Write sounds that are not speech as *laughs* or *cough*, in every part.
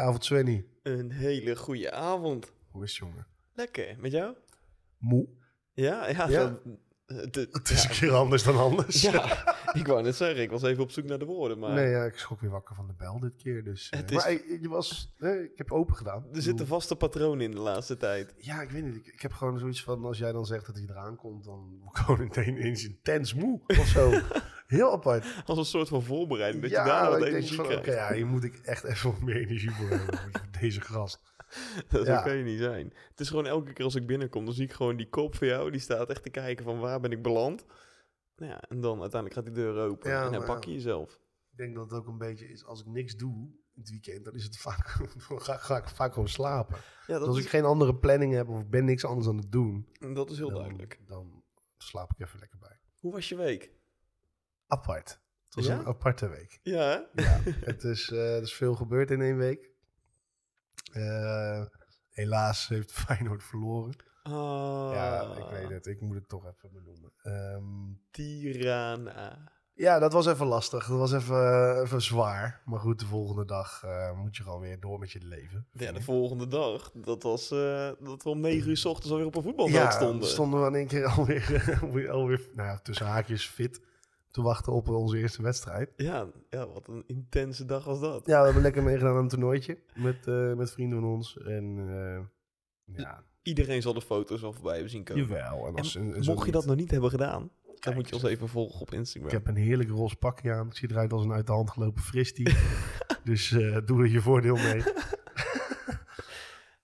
avond, Svenny. Een hele goede avond. Hoe is het, jongen? Lekker, met jou? Moe. Ja, Ja. ja. dat- de- *laughs* Het is een keer anders dan anders. ja. *laughs* ik wou net zeggen, ik was even op zoek naar de woorden, maar Nee, ja, ik schrok weer wakker van de bel dit keer. Dus, eh, Het is- Maar eh, je was, nee, ik heb open gedaan. Ik er bedoel, zitten vaste patronen in de laatste tijd. Ja, ik weet niet. Ik, ik heb gewoon zoiets van, als jij dan zegt dat hij eraan komt, dan word ik gewoon *laughs* meteen eens intens moe of *laughs* zo. Heel apart. Als een soort van voorbereiding, dat ja, je daar ik wat denk energie van, oké, krijgt. ja, hier moet ik echt even wat meer energie voor hebben. *laughs* voor deze gast. *laughs* Dat Ja. kan je niet zijn. Het is gewoon elke keer als ik binnenkom, dan zie ik gewoon die kop van jou. Die staat echt te kijken van waar ben ik beland. Nou ja, en dan uiteindelijk gaat die deur open Ja, en dan maar- pak je jezelf. Ik denk dat het ook een beetje is, als ik niks doe in het weekend, dan is het *laughs* vaak, dan ga, ga ik vaak gewoon slapen. Ja, Dus dat, als is, ik geen andere planning heb of ik ben niks anders aan het doen, dat is heel dan- duidelijk. dan slaap ik even lekker bij. Hoe was je week? apart. Het was Ja? een aparte week. *laughs* Ja, hè? Ja, het is, eh, er is veel gebeurd in één week. Eh, helaas heeft *laughs* Feyenoord verloren. Ah, Ja, ik weet het. Ik moet het toch even benoemen. Ehm, Tirana. ja, dat was even lastig. Dat was even, eh, even zwaar. Maar goed, de volgende dag eh, moet je gewoon weer door met je leven. Ja, de volgende dag, dat was eh, dat we om negen uur 's ochtends alweer op een voetbalveld ja, Oh, stonden. stonden we in één keer *laughs* alweer, alweer, alweer nou, ja, tussen haakjes fit te wachten op onze eerste wedstrijd. Ja, ja, wat een intense dag was dat. Ja, we hebben lekker meegedaan aan een toernooitje met, eh, met vrienden van ons. En eh, ja, Iedereen zal de foto's al voorbij hebben zien komen. jawel. En En als, en- en zo mocht je niet. dat nog niet hebben gedaan, dan Kijk moet je ons eens. even volgen op Instagram. nou- Ik heb een heerlijk roze pakje aan. Ik zie eruit als een uit de hand gelopen fristie. *laughs* dus eh, doe er je voordeel mee.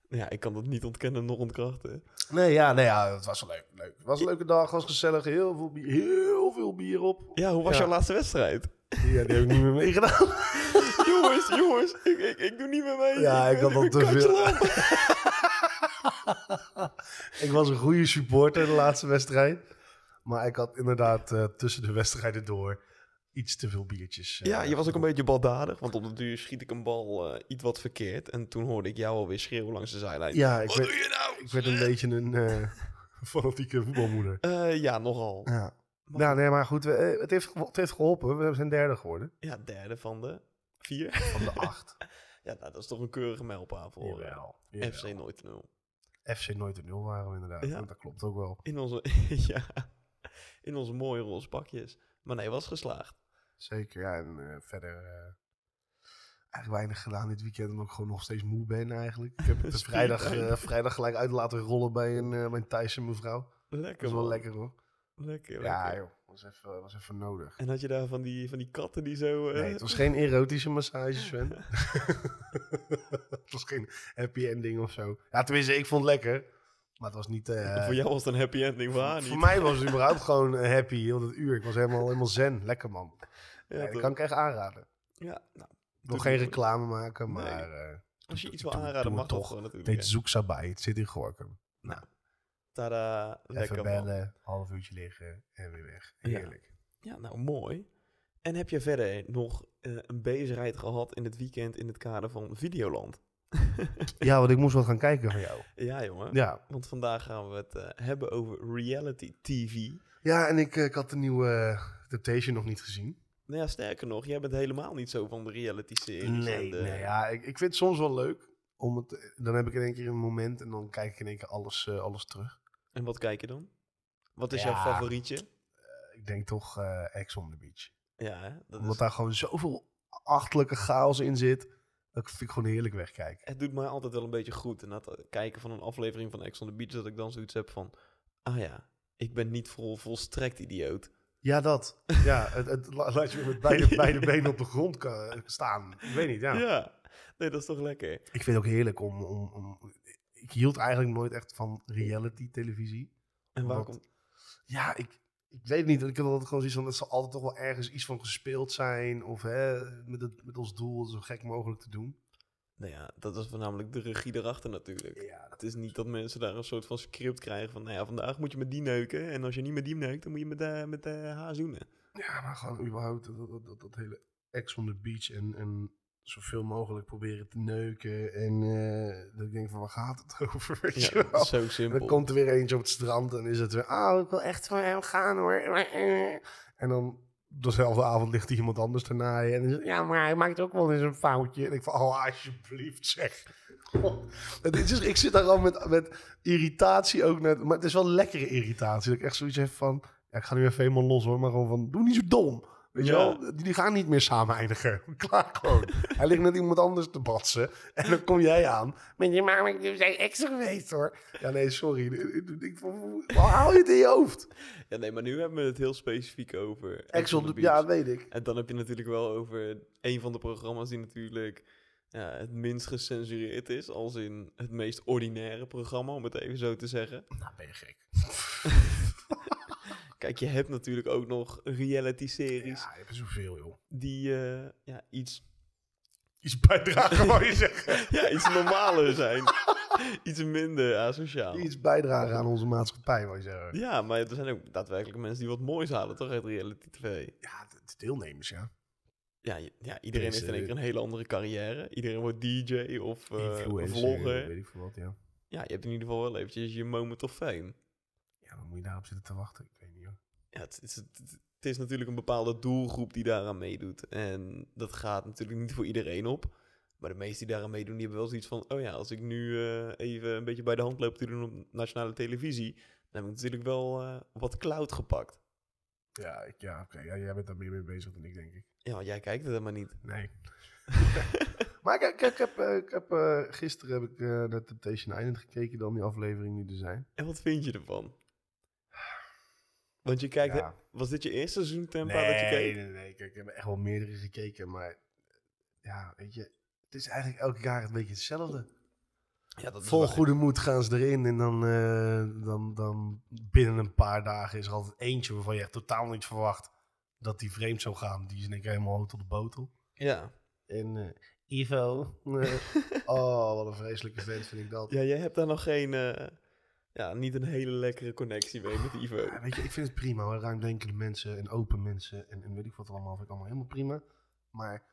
Ja, ik kan dat niet ontkennen, nog ontkrachten. Nee, ja, nee, ja, het was wel leuk. leuk. Het was een leuke dag, het was gezellig. Heel veel bier, heel veel bier op. Ja, hoe was Ja. jouw laatste wedstrijd? *laughs* Ja, die heb ik niet meer meegedaan. jongens, jongens, ik, ik, ik doe niet meer mee. eh, Ja, ik had wil al te een veel. *laughs* katje lopen. *laughs* ik was een goede supporter de laatste wedstrijd. Maar ik had inderdaad eh, tussen de wedstrijden door iets te veel biertjes. eh, Ja, je was ook een beetje baldadig, want op de duur schiet ik een bal eh, iets wat verkeerd. En toen hoorde ik jou alweer schreeuwen langs de zijlijn. Ja, ik Wat werd, doe je nou? ik werd een beetje een eh, *laughs* fanatieke voetbalmoeder. Eh, ja, nogal. Ja. Nou, nee, maar goed, we- eh, het, heeft, het heeft geholpen. We zijn derde geworden. Ja, derde van de vier. *laughs* Van de *laughs* acht. Ja, nou, dat is toch een keurige mijlpaal voor eh, FC Nooit te Nul. FC nooit een nul waren we inderdaad. Ja. Dat klopt ook wel. In onze, *laughs* ja, in onze mooie roze pakjes. Maar nee, was geslaagd. Zeker, ja. En eh, verder eh, eigenlijk weinig gedaan dit weekend. Omdat ik gewoon nog steeds moe ben eigenlijk. *laughs* Ik heb het Spierpijn. vrijdag, eh, vrijdag gelijk uit laten rollen bij een, eh, mijn Thijs en mevrouw. Dat Lekker, is wel man. lekker hoor. Lekker, Ja lekker. joh, was even, was even nodig. En had je daar van die, van die katten die zo... eh, Nee, het was geen erotische massage, Sven. *laughs* het was geen happy ending of zo. Ja, tenminste, ik vond het lekker. Maar het was niet... eh, Voor jou was het een happy ending, voor- waar niet? voor mij was het überhaupt gewoon eh, happy, heel dat uur. Ik was helemaal, helemaal zen. Lekker man. Ja, Nee, dat toch? kan ik echt aanraden. Ja, nou, Ik wil Doe geen het. reclame maken, Nee. maar... eh, als je doe- iets wil doe- doe aanraden, het mag dat toch. gewoon natuurlijk. Het heet hè. Zoeksabai. Het zit in Gorkum. Tada, lekker Even man. bellen, half uurtje liggen en weer weg. Ja. Heerlijk. Ja, nou mooi. En heb je verder nog eh, een bezigheid gehad in het weekend in het kader van Videoland? Ja. want ik moest wat gaan kijken van jou. Ja, jongen. Ja, Want vandaag gaan we het eh, hebben over reality TV. ja en ik, eh, ik had de nieuwe eh, Temptation nog niet gezien. Nou ja, sterker nog, jij bent helemaal niet zo van de reality-series. en de- nee ja, ik, ik vind het soms wel leuk. Om het, dan heb ik in één keer een moment en dan kijk ik in één keer alles, eh, alles terug. En wat kijk je dan? Wat is Ja. jouw favorietje? Ik denk toch eh Ex on the Beach. Ja, hè, dat Omdat is, daar gewoon zoveel achterlijke chaos in zit. Dat vind ik gewoon heerlijk wegkijken. het doet mij altijd wel een beetje goed. En dat eh, kijken van een aflevering van Ex on the Beach, dat ik dan zoiets heb van... Ah ja, ik ben niet vol, volstrekt idioot. Ja, dat. *laughs* Ja, het, het la- laat je met *laughs* beide, beide benen op de grond ka- staan. Ik weet niet, ja. Ja. nee, dat is toch lekker. Ik vind het ook heerlijk om, om, om... Ik hield eigenlijk nooit echt van reality-televisie. En waar Wat? komt... Ja, ik, ik weet niet. Ik heb altijd gewoon zoiets van... dat zal altijd toch wel ergens iets van gespeeld zijn. Of hè, met, het, met ons doel zo gek mogelijk te doen. Nou ja, dat is voornamelijk de regie erachter natuurlijk. Ja, dat Het is niet dat mensen daar een soort van script krijgen van... Nou ja, vandaag moet je met die neuken. En als je niet met die neukt, dan moet je met, eh met eh, haar *laughs* zoenen. Ja, maar gewoon überhaupt dat, dat, dat, dat hele ex on the beach en, en zoveel mogelijk proberen te neuken. En eh, dat ik denk van, waar gaat het over, *laughs* weet Ja, je dat wel? is zo En dan simpel. komt er weer eentje op het strand en is het weer, oh, ik wil echt voor hem gaan hoor. En dan dezelfde avond ligt er iemand anders te naaien. En dan zegt, ja, maar hij maakt ook wel eens een foutje. En ik van, oh, alsjeblieft zeg. Het is, dus, ik zit daar al met, met irritatie ook net. Maar het is wel lekkere irritatie. Dat ik echt zoiets heb van, ja, ik ga nu even helemaal los hoor. Maar gewoon van, doe niet zo dom. Weet je Ja. wel, die, die gaan niet meer samen eindigen. *laughs* Klaar gewoon. hij ligt met iemand anders te batsen. En dan kom jij aan. Met je maar, ik zijn extra geweest hoor. Ja, nee, sorry. Ik- ik- Waar haal je het in je hoofd? Ja, nee, maar nu hebben we het heel specifiek over. Ex Axel, on the Beach. ja, weet ik. En dan heb je natuurlijk wel over een van de programma's die natuurlijk ja, het minst gecensureerd is. Als in het meest ordinaire programma, om het even zo te zeggen. Nou, ben je gek. Kijk, je hebt natuurlijk ook nog reality-series Ja, je hebt er zoveel, joh. die eh, ja, iets, *laughs* Iets bijdragen, *laughs* wou je zeggen. ja, iets normaler *laughs* zijn. iets minder asociaal. Iets bijdragen aan onze maatschappij, wou je zeggen. Ja, maar er zijn ook daadwerkelijk mensen die wat moois halen, toch? Uit reality tv. Ja, de- de deelnemers, ja. Ja, je- ja iedereen Deze- heeft in één keer een hele andere carrière. Iedereen wordt DJ of eh Influencer, vlogger. weet ik veel wat, ja. Ja, je hebt in ieder geval wel eventjes je moment of fame. Ja, dan moet je daarop zitten te wachten. Ik weet niet, hoor. Ja, het, het, het- het is natuurlijk een bepaalde doelgroep die daaraan meedoet. En dat gaat natuurlijk niet voor iedereen op. Maar de meesten die daaraan meedoen, die hebben wel zoiets van... Oh ja, als ik nu eh, even een beetje bij de hand loop te doen op nationale televisie... dan heb ik natuurlijk wel eh, wat cloud gepakt. Ja, ik- ja oké. ja, jij bent daar meer mee bezig dan ik, denk ik. Ja, want jij kijkt het helemaal niet. *laughs* Nee. maar ik, ik, ik heb, eh, ik heb eh, gisteren heb ik eh, naar Temptation Island gekeken, dan die afleveringen die er zijn. En wat vind je ervan? Want je kijkt... Ja. Was dit je eerste seizoen Tempa nee, dat je keek? Nee, nee, Kijk, ik heb echt wel meerdere gekeken, maar eh, ja, weet je, het is eigenlijk elk jaar een beetje hetzelfde. Ja, dat Vol goede moed gaan ze erin en dan, eh, dan, dan binnen een paar dagen is er altijd eentje waarvan je echt totaal niet verwacht dat die vreemd zou gaan. Die is in één keer helemaal hoog tot de botel. Ja. En eh, Ivo, eh, *laughs* oh, wat een vreselijke vent vind ik dat. ja, jij hebt daar nog geen... eh, ja, niet een hele lekkere connectie mee met Ivo. *laughs* Ja, weet je, ik vind het prima hoor. Ruimdenkende mensen en open mensen en, en weet ik wat allemaal. Vind ik allemaal helemaal prima. Maar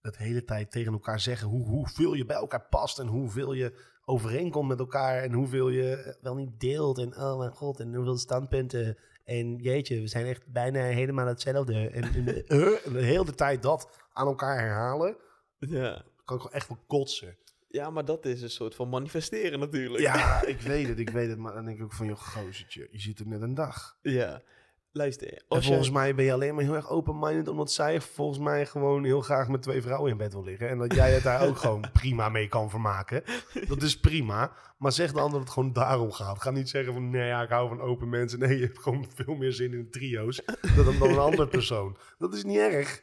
dat hele tijd tegen elkaar zeggen hoe, hoeveel je bij elkaar past en hoeveel je overeenkomt met elkaar en hoeveel je eh, wel niet deelt. En oh mijn god, en hoeveel standpunten. eh, En jeetje, we zijn echt bijna helemaal hetzelfde. En, en, eh, en de hele tijd dat aan elkaar herhalen, Ja. kan ik wel echt wel kotsen. ja, maar dat is een soort van manifesteren natuurlijk. Ja, ik weet het, ik weet het. Maar dan denk ik ook van, joh, gozertje, je zit er net een dag. Ja. Luister, En als volgens jij... mij ben je alleen maar heel erg open-minded, omdat zij volgens mij gewoon heel graag met twee vrouwen in bed wil liggen. En dat jij het *laughs* daar ook gewoon prima mee kan vermaken. Dat is prima. Maar zeg dan dat het gewoon daarom gaat. Ga niet zeggen van, nee, ja, ik hou van open mensen. Nee, je hebt gewoon veel meer zin in trio's dan, dan een *laughs* andere persoon. Dat is niet erg.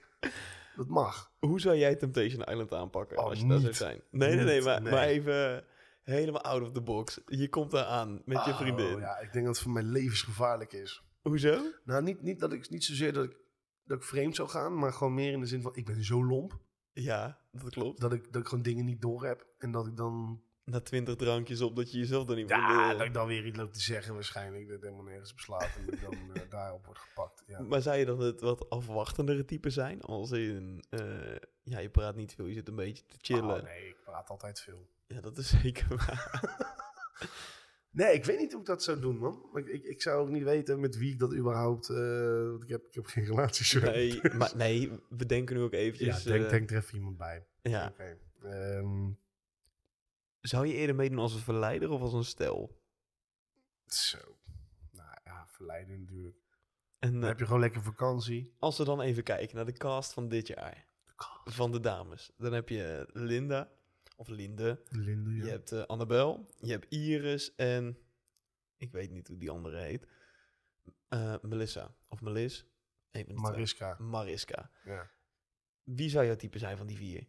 Dat mag. Hoe zou jij Temptation Island aanpakken Oh, als je daar zou niet. zijn? Nee, nee, nee, Niet, maar, nee. maar even helemaal out of the box. Je komt daar aan met je Oh, vriendin. ja, ik denk dat het voor mij levensgevaarlijk is. Hoezo? Nou, niet, niet, dat ik, niet zozeer dat ik, dat ik vreemd zou gaan, maar gewoon meer in de zin van, ik ben zo lomp. Ja, dat klopt. Dat ik, dat ik gewoon dingen niet door heb. En dat ik dan Na twintig drankjes op dat je jezelf dan niet meer Ja, wil. dat ik dan weer iets loop te zeggen waarschijnlijk. Dat het helemaal nergens beslaat en dat ik dan eh, *laughs* daarop wordt gepakt. Ja. Oh, Maar zou je dan het wat afwachtendere type zijn? Als in, eh, ja, je praat niet veel, je zit een beetje te chillen. Oh, nee, ik praat altijd veel. Ja, dat is *laughs* zeker *laughs* waar. Nee, ik weet niet hoe ik dat zou doen, man. Ik, ik, ik zou ook niet weten met wie ik dat überhaupt... eh, want ik heb, ik heb geen relaties. hoor. *laughs* Nee, maar nee, we denken nu ook Ja, eventjes... denk, eh, denk er even iemand bij. ja. Oké. Ehm, Zou je eerder meedoen als een verleider of als een stel? zo. Nou ja, verleiden natuurlijk. En eh, Dan heb je gewoon lekker vakantie. als we dan even kijken naar de cast van dit jaar, van de dames. Dan heb je Linda, of Linde, Linde, ja. je hebt eh, Annabel, je hebt Iris en... Ik weet niet hoe die andere heet. Eh, Melissa, of Melis. Een van de twee. Mariska. Mariska. Ja. Wie zou jouw type zijn van die vier?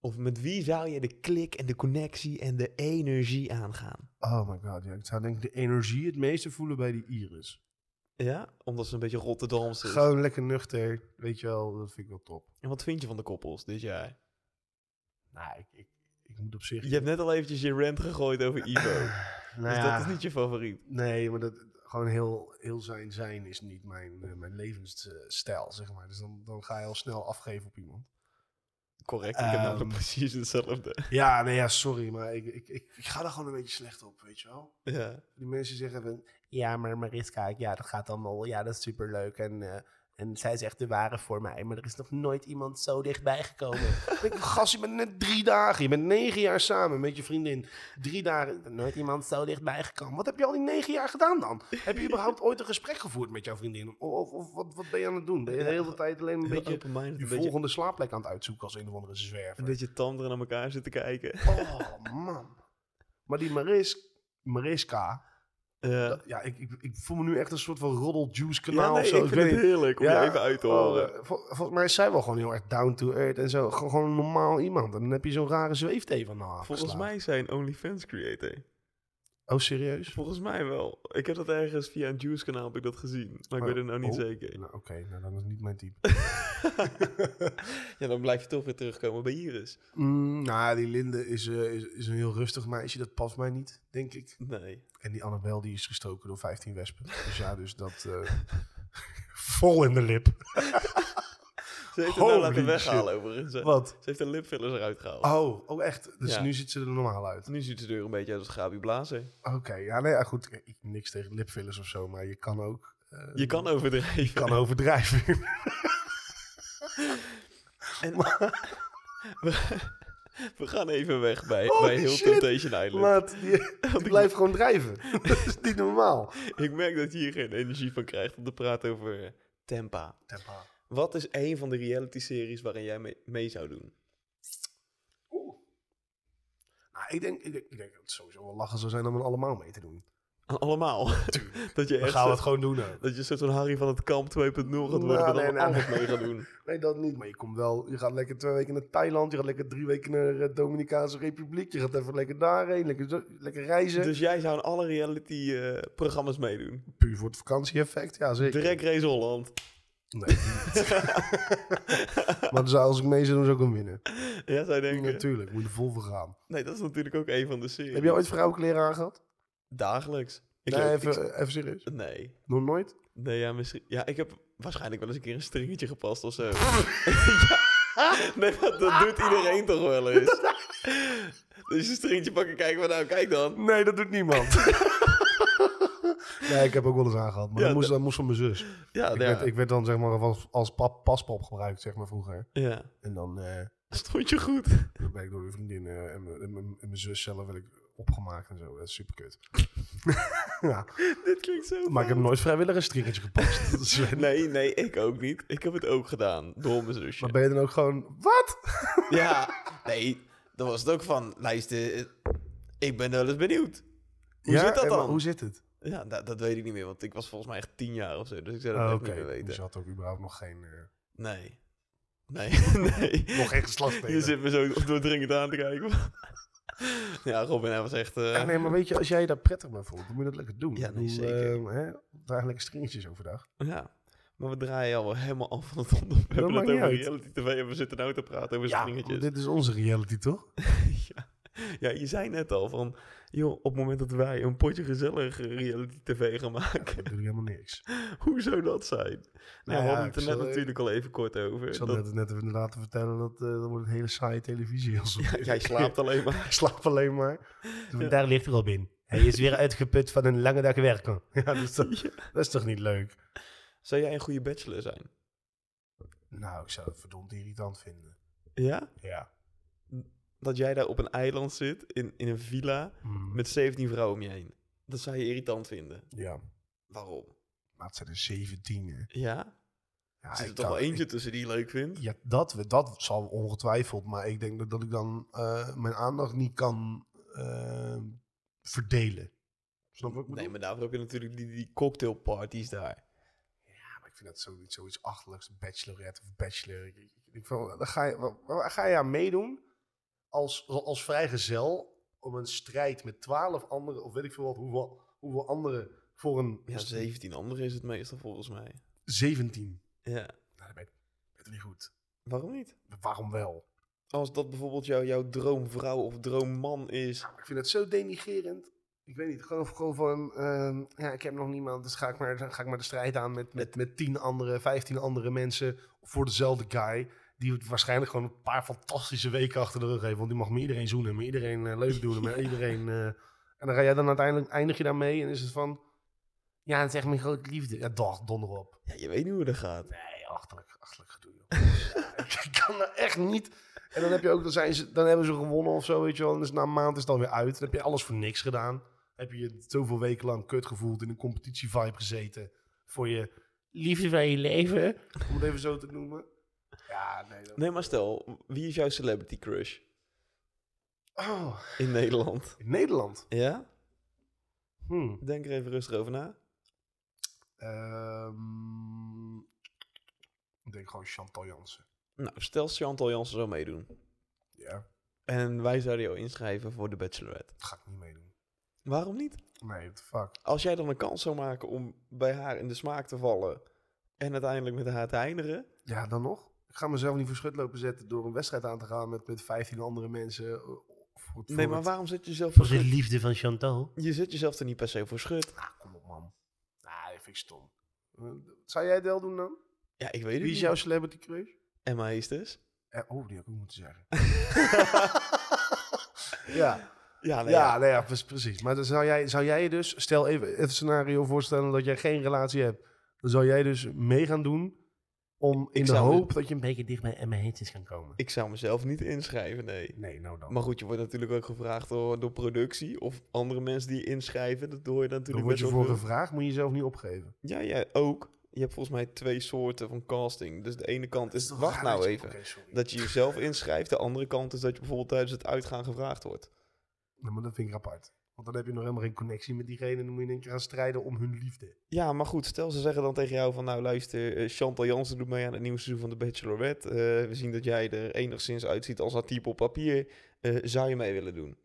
Of met wie zou je de klik en de connectie en de energie aangaan? Oh my god, ja. Ik zou denk ik de energie het meeste voelen bij die Iris. Ja, omdat ze een beetje Rotterdamse is. Gewoon lekker nuchter. Weet je wel, dat vind ik wel top. En wat vind je van de koppels dit jaar? Nou, ik, ik, ik moet op zich. Je hebt net al eventjes je rant gegooid over *laughs* Ivo. Nou dus ja, dat is niet je favoriet. Nee, maar dat, gewoon heel, heel zijn zijn is niet mijn, eh, mijn levensstijl, zeg maar. Dus dan, dan ga je al snel afgeven op *laughs* iemand. Correct, ik heb namelijk Ehm. precies hetzelfde. Ja, nee, ja, sorry, maar ik, ik, ik, ik ga daar gewoon een beetje slecht op, weet je wel. Ja. Die mensen zeggen van, ja, maar Mariska, ja, dat gaat allemaal, ja, dat is superleuk. En eh, En zij is echt de ware voor mij. Maar er is nog nooit iemand zo dichtbij gekomen. *laughs* Ik denk, gast, je bent net drie dagen. Je bent negen jaar samen met je vriendin. Drie dagen. er is Nooit iemand zo dichtbij gekomen. Wat heb je al die negen jaar gedaan dan? Heb je überhaupt ooit een gesprek gevoerd met jouw vriendin? Of, of, of wat, wat ben je aan het doen? Ben je de hele tijd alleen maar een beetje open-minded, je een beetje, volgende slaapplek aan het uitzoeken als een of andere een zwerver? beetje tanderen naar elkaar zitten kijken. Oh, man. Maar die Maris, Mariska... Ja. Ja, ik, ik, ik voel me nu echt een soort van roddeljuice-kanaal Ja, nee, of zo. ik vind weet het niet. heerlijk om Ja, je even uit te oh, horen. eh, vol- volgens mij is zij wel gewoon heel erg down to earth en zo. Gewoon, gewoon een normaal iemand. En dan heb je zo'n rare nou zweeftee van haar Volgens afgeslagen. mij is zij een OnlyFans creator. Oh, serieus? Volgens mij wel. Ik heb dat ergens via een Juice kanaal heb ik dat gezien. Maar Oh, ik weet het nou niet oh. *laughs* zeker. Nou, Oké, nou, dan is het niet mijn type. ja, dan blijf je toch weer terugkomen bij Iris. Mm, nou, die Linde is, eh, is, is een heel rustig meisje. Dat past mij niet, denk ik. Nee. En die Annabel die is gestoken door 15 wespen. Dus ja, dus dat... eh, *laughs* vol in de lip. Ze heeft het nou Holy laten shit. weghalen overigens. hè. Wat? Ze heeft een lipfillers eruit gehaald. Oh, oh echt? Dus Ja. nu ziet ze er normaal uit. Nu ziet ze er een beetje uit als Gabi Blazer. Oké, ja, nee, ja, goed. Ik, niks tegen lipfillers of zo, maar je kan ook... eh, Je kan overdrijven. kan *laughs* overdrijven. En- *laughs* we, we gaan even weg bij, Holy bij heel shit. Temptation Island. *laughs* Laat, die, die ik- blijft gewoon *laughs* drijven. dat is niet normaal. Ik merk dat je hier geen energie van krijgt om te praten over eh, Tempa. Wat is een van de reality-series waarin jij mee, mee zou doen? Oeh. Nou, ik denk, ik, denk, ik denk dat het sowieso wel lachen zou zijn om er allemaal mee te *laughs* doen. Aan Allemaal. *laughs* dat je We echt gaan zo- het gewoon doen. Ook. dat je een soort van Harry van het Kamp 2.0 gaat worden Nou, en nee, dan nee, alles nee. mee gaat *laughs* doen. Nee, dat niet. Maar je komt wel. Je gaat lekker twee weken naar Thailand. Je gaat lekker drie weken naar de Dominicaanse Republiek. Je gaat even lekker daarheen. Lekker, zo- lekker reizen. Dus jij zou aan alle reality-programma's meedoen. puur voor het vakantie-effect. Ja, zeker. Direct Race Holland. Nee, die *laughs* niet. maar dan zou, als ik mee zou doen, zou ik hem winnen. Ja, zou je denken. Natuurlijk. Moet je er vol voor gaan. Nee, dat is natuurlijk ook een van de series. Heb jij ooit vrouwelijke kleren aangehad? Dagelijks. Ik nee, loop- ik- even, even serieus. nee. Nog nooit? Nee, ja, misschien. Ja, ik heb waarschijnlijk wel eens een keer een stringetje *laughs* gepast of zo. *laughs* ja. Nee, maar dat doet iedereen toch *laughs* wel eens. Dus een stringetje pakken, kijken van nou, kijk dan. Nee, dat doet *laughs* niemand. nee, ik heb ook wel eens aangehad. Maar Ja, dat, moest, dat- dat moest van mijn zus. Ja, ik, ja. werd, ik werd dan zeg maar als, als pap, paspop gebruikt, zeg maar vroeger. ja. En dan eh, Stond je goed? *laughs* dan ben ik door mijn vriendin eh, en, mijn- en mijn- en mijn zus zelf werd ik opgemaakt en zo. Dat is super kut. *laughs* ja, Dit klinkt zo. maar ik heb fout. nooit vrijwillig een stringetje gepast. *laughs* Dat is- *laughs* Nee, nee, ik ook niet. Ik heb het ook gedaan door mijn zusje. *laughs* Maar ben je dan ook gewoon, wat? Ja, nee, dan was het ook van, luister, eh, ik ben wel eens benieuwd. Hoe Ja, zit dat en maar dan? Hoe zit het? Ja, da- dat weet ik niet meer, want ik was volgens mij echt tien jaar of zo, dus ik zou dat Oh, echt Oké, niet meer weten. dus je had ook überhaupt nog geen, eh, Nee. Nee, *laughs* nee. nog geen Je geslachtsdelen. zit me zo doordringend aan te kijken. *laughs* ja, Robin, hij was echt... eh, Ja, nee, maar weet je, als jij je daar prettig bij voelt, dan moet je dat lekker doen. Ja, Ik nee, bedoel, zeker. eh, hè, draag lekker stringetjes overdag. ja. maar we draaien al wel helemaal af van het onderwerp. Dat We hebben maakt het niet over uit. reality tv en we zitten nou te praten over Ja, springetjes. want dit is onze reality, toch? *laughs* ja. ja, je zei net al van... Joh, op het moment dat wij een potje gezellig reality tv gaan maken, *laughs* Dat doe ik helemaal niks. hoe zou dat zijn? Nou, Nou we ja, hadden het ik er net zal- natuurlijk al even kort Ik over. zat dat- net, net even laten vertellen dat eh dan wordt het hele saaie televisie. Als *laughs* *laughs* jij slaapt alleen maar. Ik slaap alleen maar. Daar ligt Robin. *laughs* Hij is weer uitgeput van een lange dag werken. Ja, dat, is toch, dat is toch niet leuk? *laughs* Zou jij een goede bachelor zijn? Nou, ik zou het verdomd irritant vinden. Ja? Ja. Dat jij daar op een eiland zit, in, in een villa... Mm, met 17 vrouwen om je heen. Dat zou je irritant vinden. Ja. Waarom? Maar het zijn er 17. hè. Ja? Ja, Er zit er ik toch wel kan- eentje ik- tussen die je leuk vindt? ja, dat, we- dat zal ongetwijfeld. Maar ik denk dat, dat ik dan eh, mijn aandacht niet kan eh, verdelen. Snap je wat ik bedoel? Nee, maar daarvoor heb je natuurlijk die, die cocktailparties daar. Ja, maar ik vind dat zoiets, zoiets achterlijks. Bachelorette of bachelor. Ik, ik, ik vind, dan ga, je, wa- waar ga je aan meedoen als, als vrijgezel om een strijd met twaalf andere, of weet ik veel wat, hoeveel, hoeveel anderen voor een Ja, 17 anderen is het meestal volgens mij. 17. Ja. Nou, dat ben ik- dat is niet goed. Waarom niet? Waarom wel? Als dat bijvoorbeeld jou, jouw droomvrouw of droomman is. Ik vind het zo denigerend. Ik weet niet, gewoon, gewoon van, ehm, ja, ik heb nog niemand, dus ga ik maar, dan ga ik maar de strijd aan met, met, met 10 andere, 15 andere mensen voor dezelfde guy. Die het waarschijnlijk gewoon een paar fantastische weken achter de rug heeft. Want die mag met iedereen zoenen, met iedereen eh, leuk doen, met iedereen... eh, en dan ga jij dan uiteindelijk, eindig je daarmee en is het van, Ja, dat is echt mijn grote liefde. Ja, doch, donder op. Ja, je weet niet hoe dat gaat. Nee, achterlijk, achterlijk gedoe. joh. *laughs* ik kan dat echt niet. En dan heb je ook, dan, zijn ze, dan hebben ze gewonnen of zo, weet je wel. En dus na een maand is het dan weer uit. Dan heb je alles voor niks gedaan. Heb je je zoveel weken lang kut gevoeld, in een competitievibe gezeten. Voor je liefde van je leven, om het even zo te noemen. Ja, nee. Dat... Nee, maar stel, wie is jouw celebrity crush Oh, in Nederland? in Nederland. Ja? Hmm. Denk er even rustig over na. Ehm, ik denk gewoon Chantal Jansen. Nou, stel Chantal Jansen zou meedoen. Ja, En wij zouden jou inschrijven voor de Bachelorette. dat ga ik niet meedoen. Waarom niet? Nee, what the fuck. Als jij dan een kans zou maken om bij haar in de smaak te vallen en uiteindelijk met haar te eindigen. Ja, dan nog? Ik ga mezelf niet voor schut lopen zetten door een wedstrijd aan te gaan met, met 15 andere mensen. eh, Voor het, nee, voor maar het- waarom zet je jezelf voor Voor de schut? liefde van Chantal. Je zet jezelf er niet per se voor schut. Ah, kom op, man. Nou, dat vind ik stom. Eh, Zou jij het wel doen dan? Ja, ik weet Wie het is niet. jouw celebrity crush? Emma Heesters. Eh, oh, die had ik ook moeten *laughs* zeggen. ja, Ja, Ah, nee, ja. ja, nee, ja, pre- precies. Maar dan zou jij, zou jij je dus, stel even, even een scenario voorstellen dat jij geen relatie hebt. Dan zou jij dus mee gaan doen om in Ik de zou- hoop dat je een beetje dicht bij Emma Heetjes kan komen. Ik zou mezelf niet inschrijven, nee. Nee, nou dan. Maar goed, je wordt natuurlijk ook gevraagd door, door productie of andere mensen die je inschrijven. Dat hoor je dan Dan natuurlijk word je best voor wel veel. gevraagd, moet je jezelf niet opgeven. Ja, ja, ook. Je hebt volgens mij twee soorten van casting. Dus de ene kant is, wacht nou even, dat je jezelf inschrijft. De andere kant is dat je bijvoorbeeld tijdens het uitgaan gevraagd wordt. Nee, maar dat vind ik apart. Want dan heb je nog helemaal geen connectie met diegene. Dan moet je in één keer gaan strijden om hun liefde. Ja, maar goed, stel ze zeggen dan tegen jou van... nou luister, eh, Chantal Jansen doet mee aan het nieuwe seizoen van de Bachelorette. Eh, we zien dat jij er enigszins uitziet als dat type op papier. Eh, zou je mee willen doen? *laughs*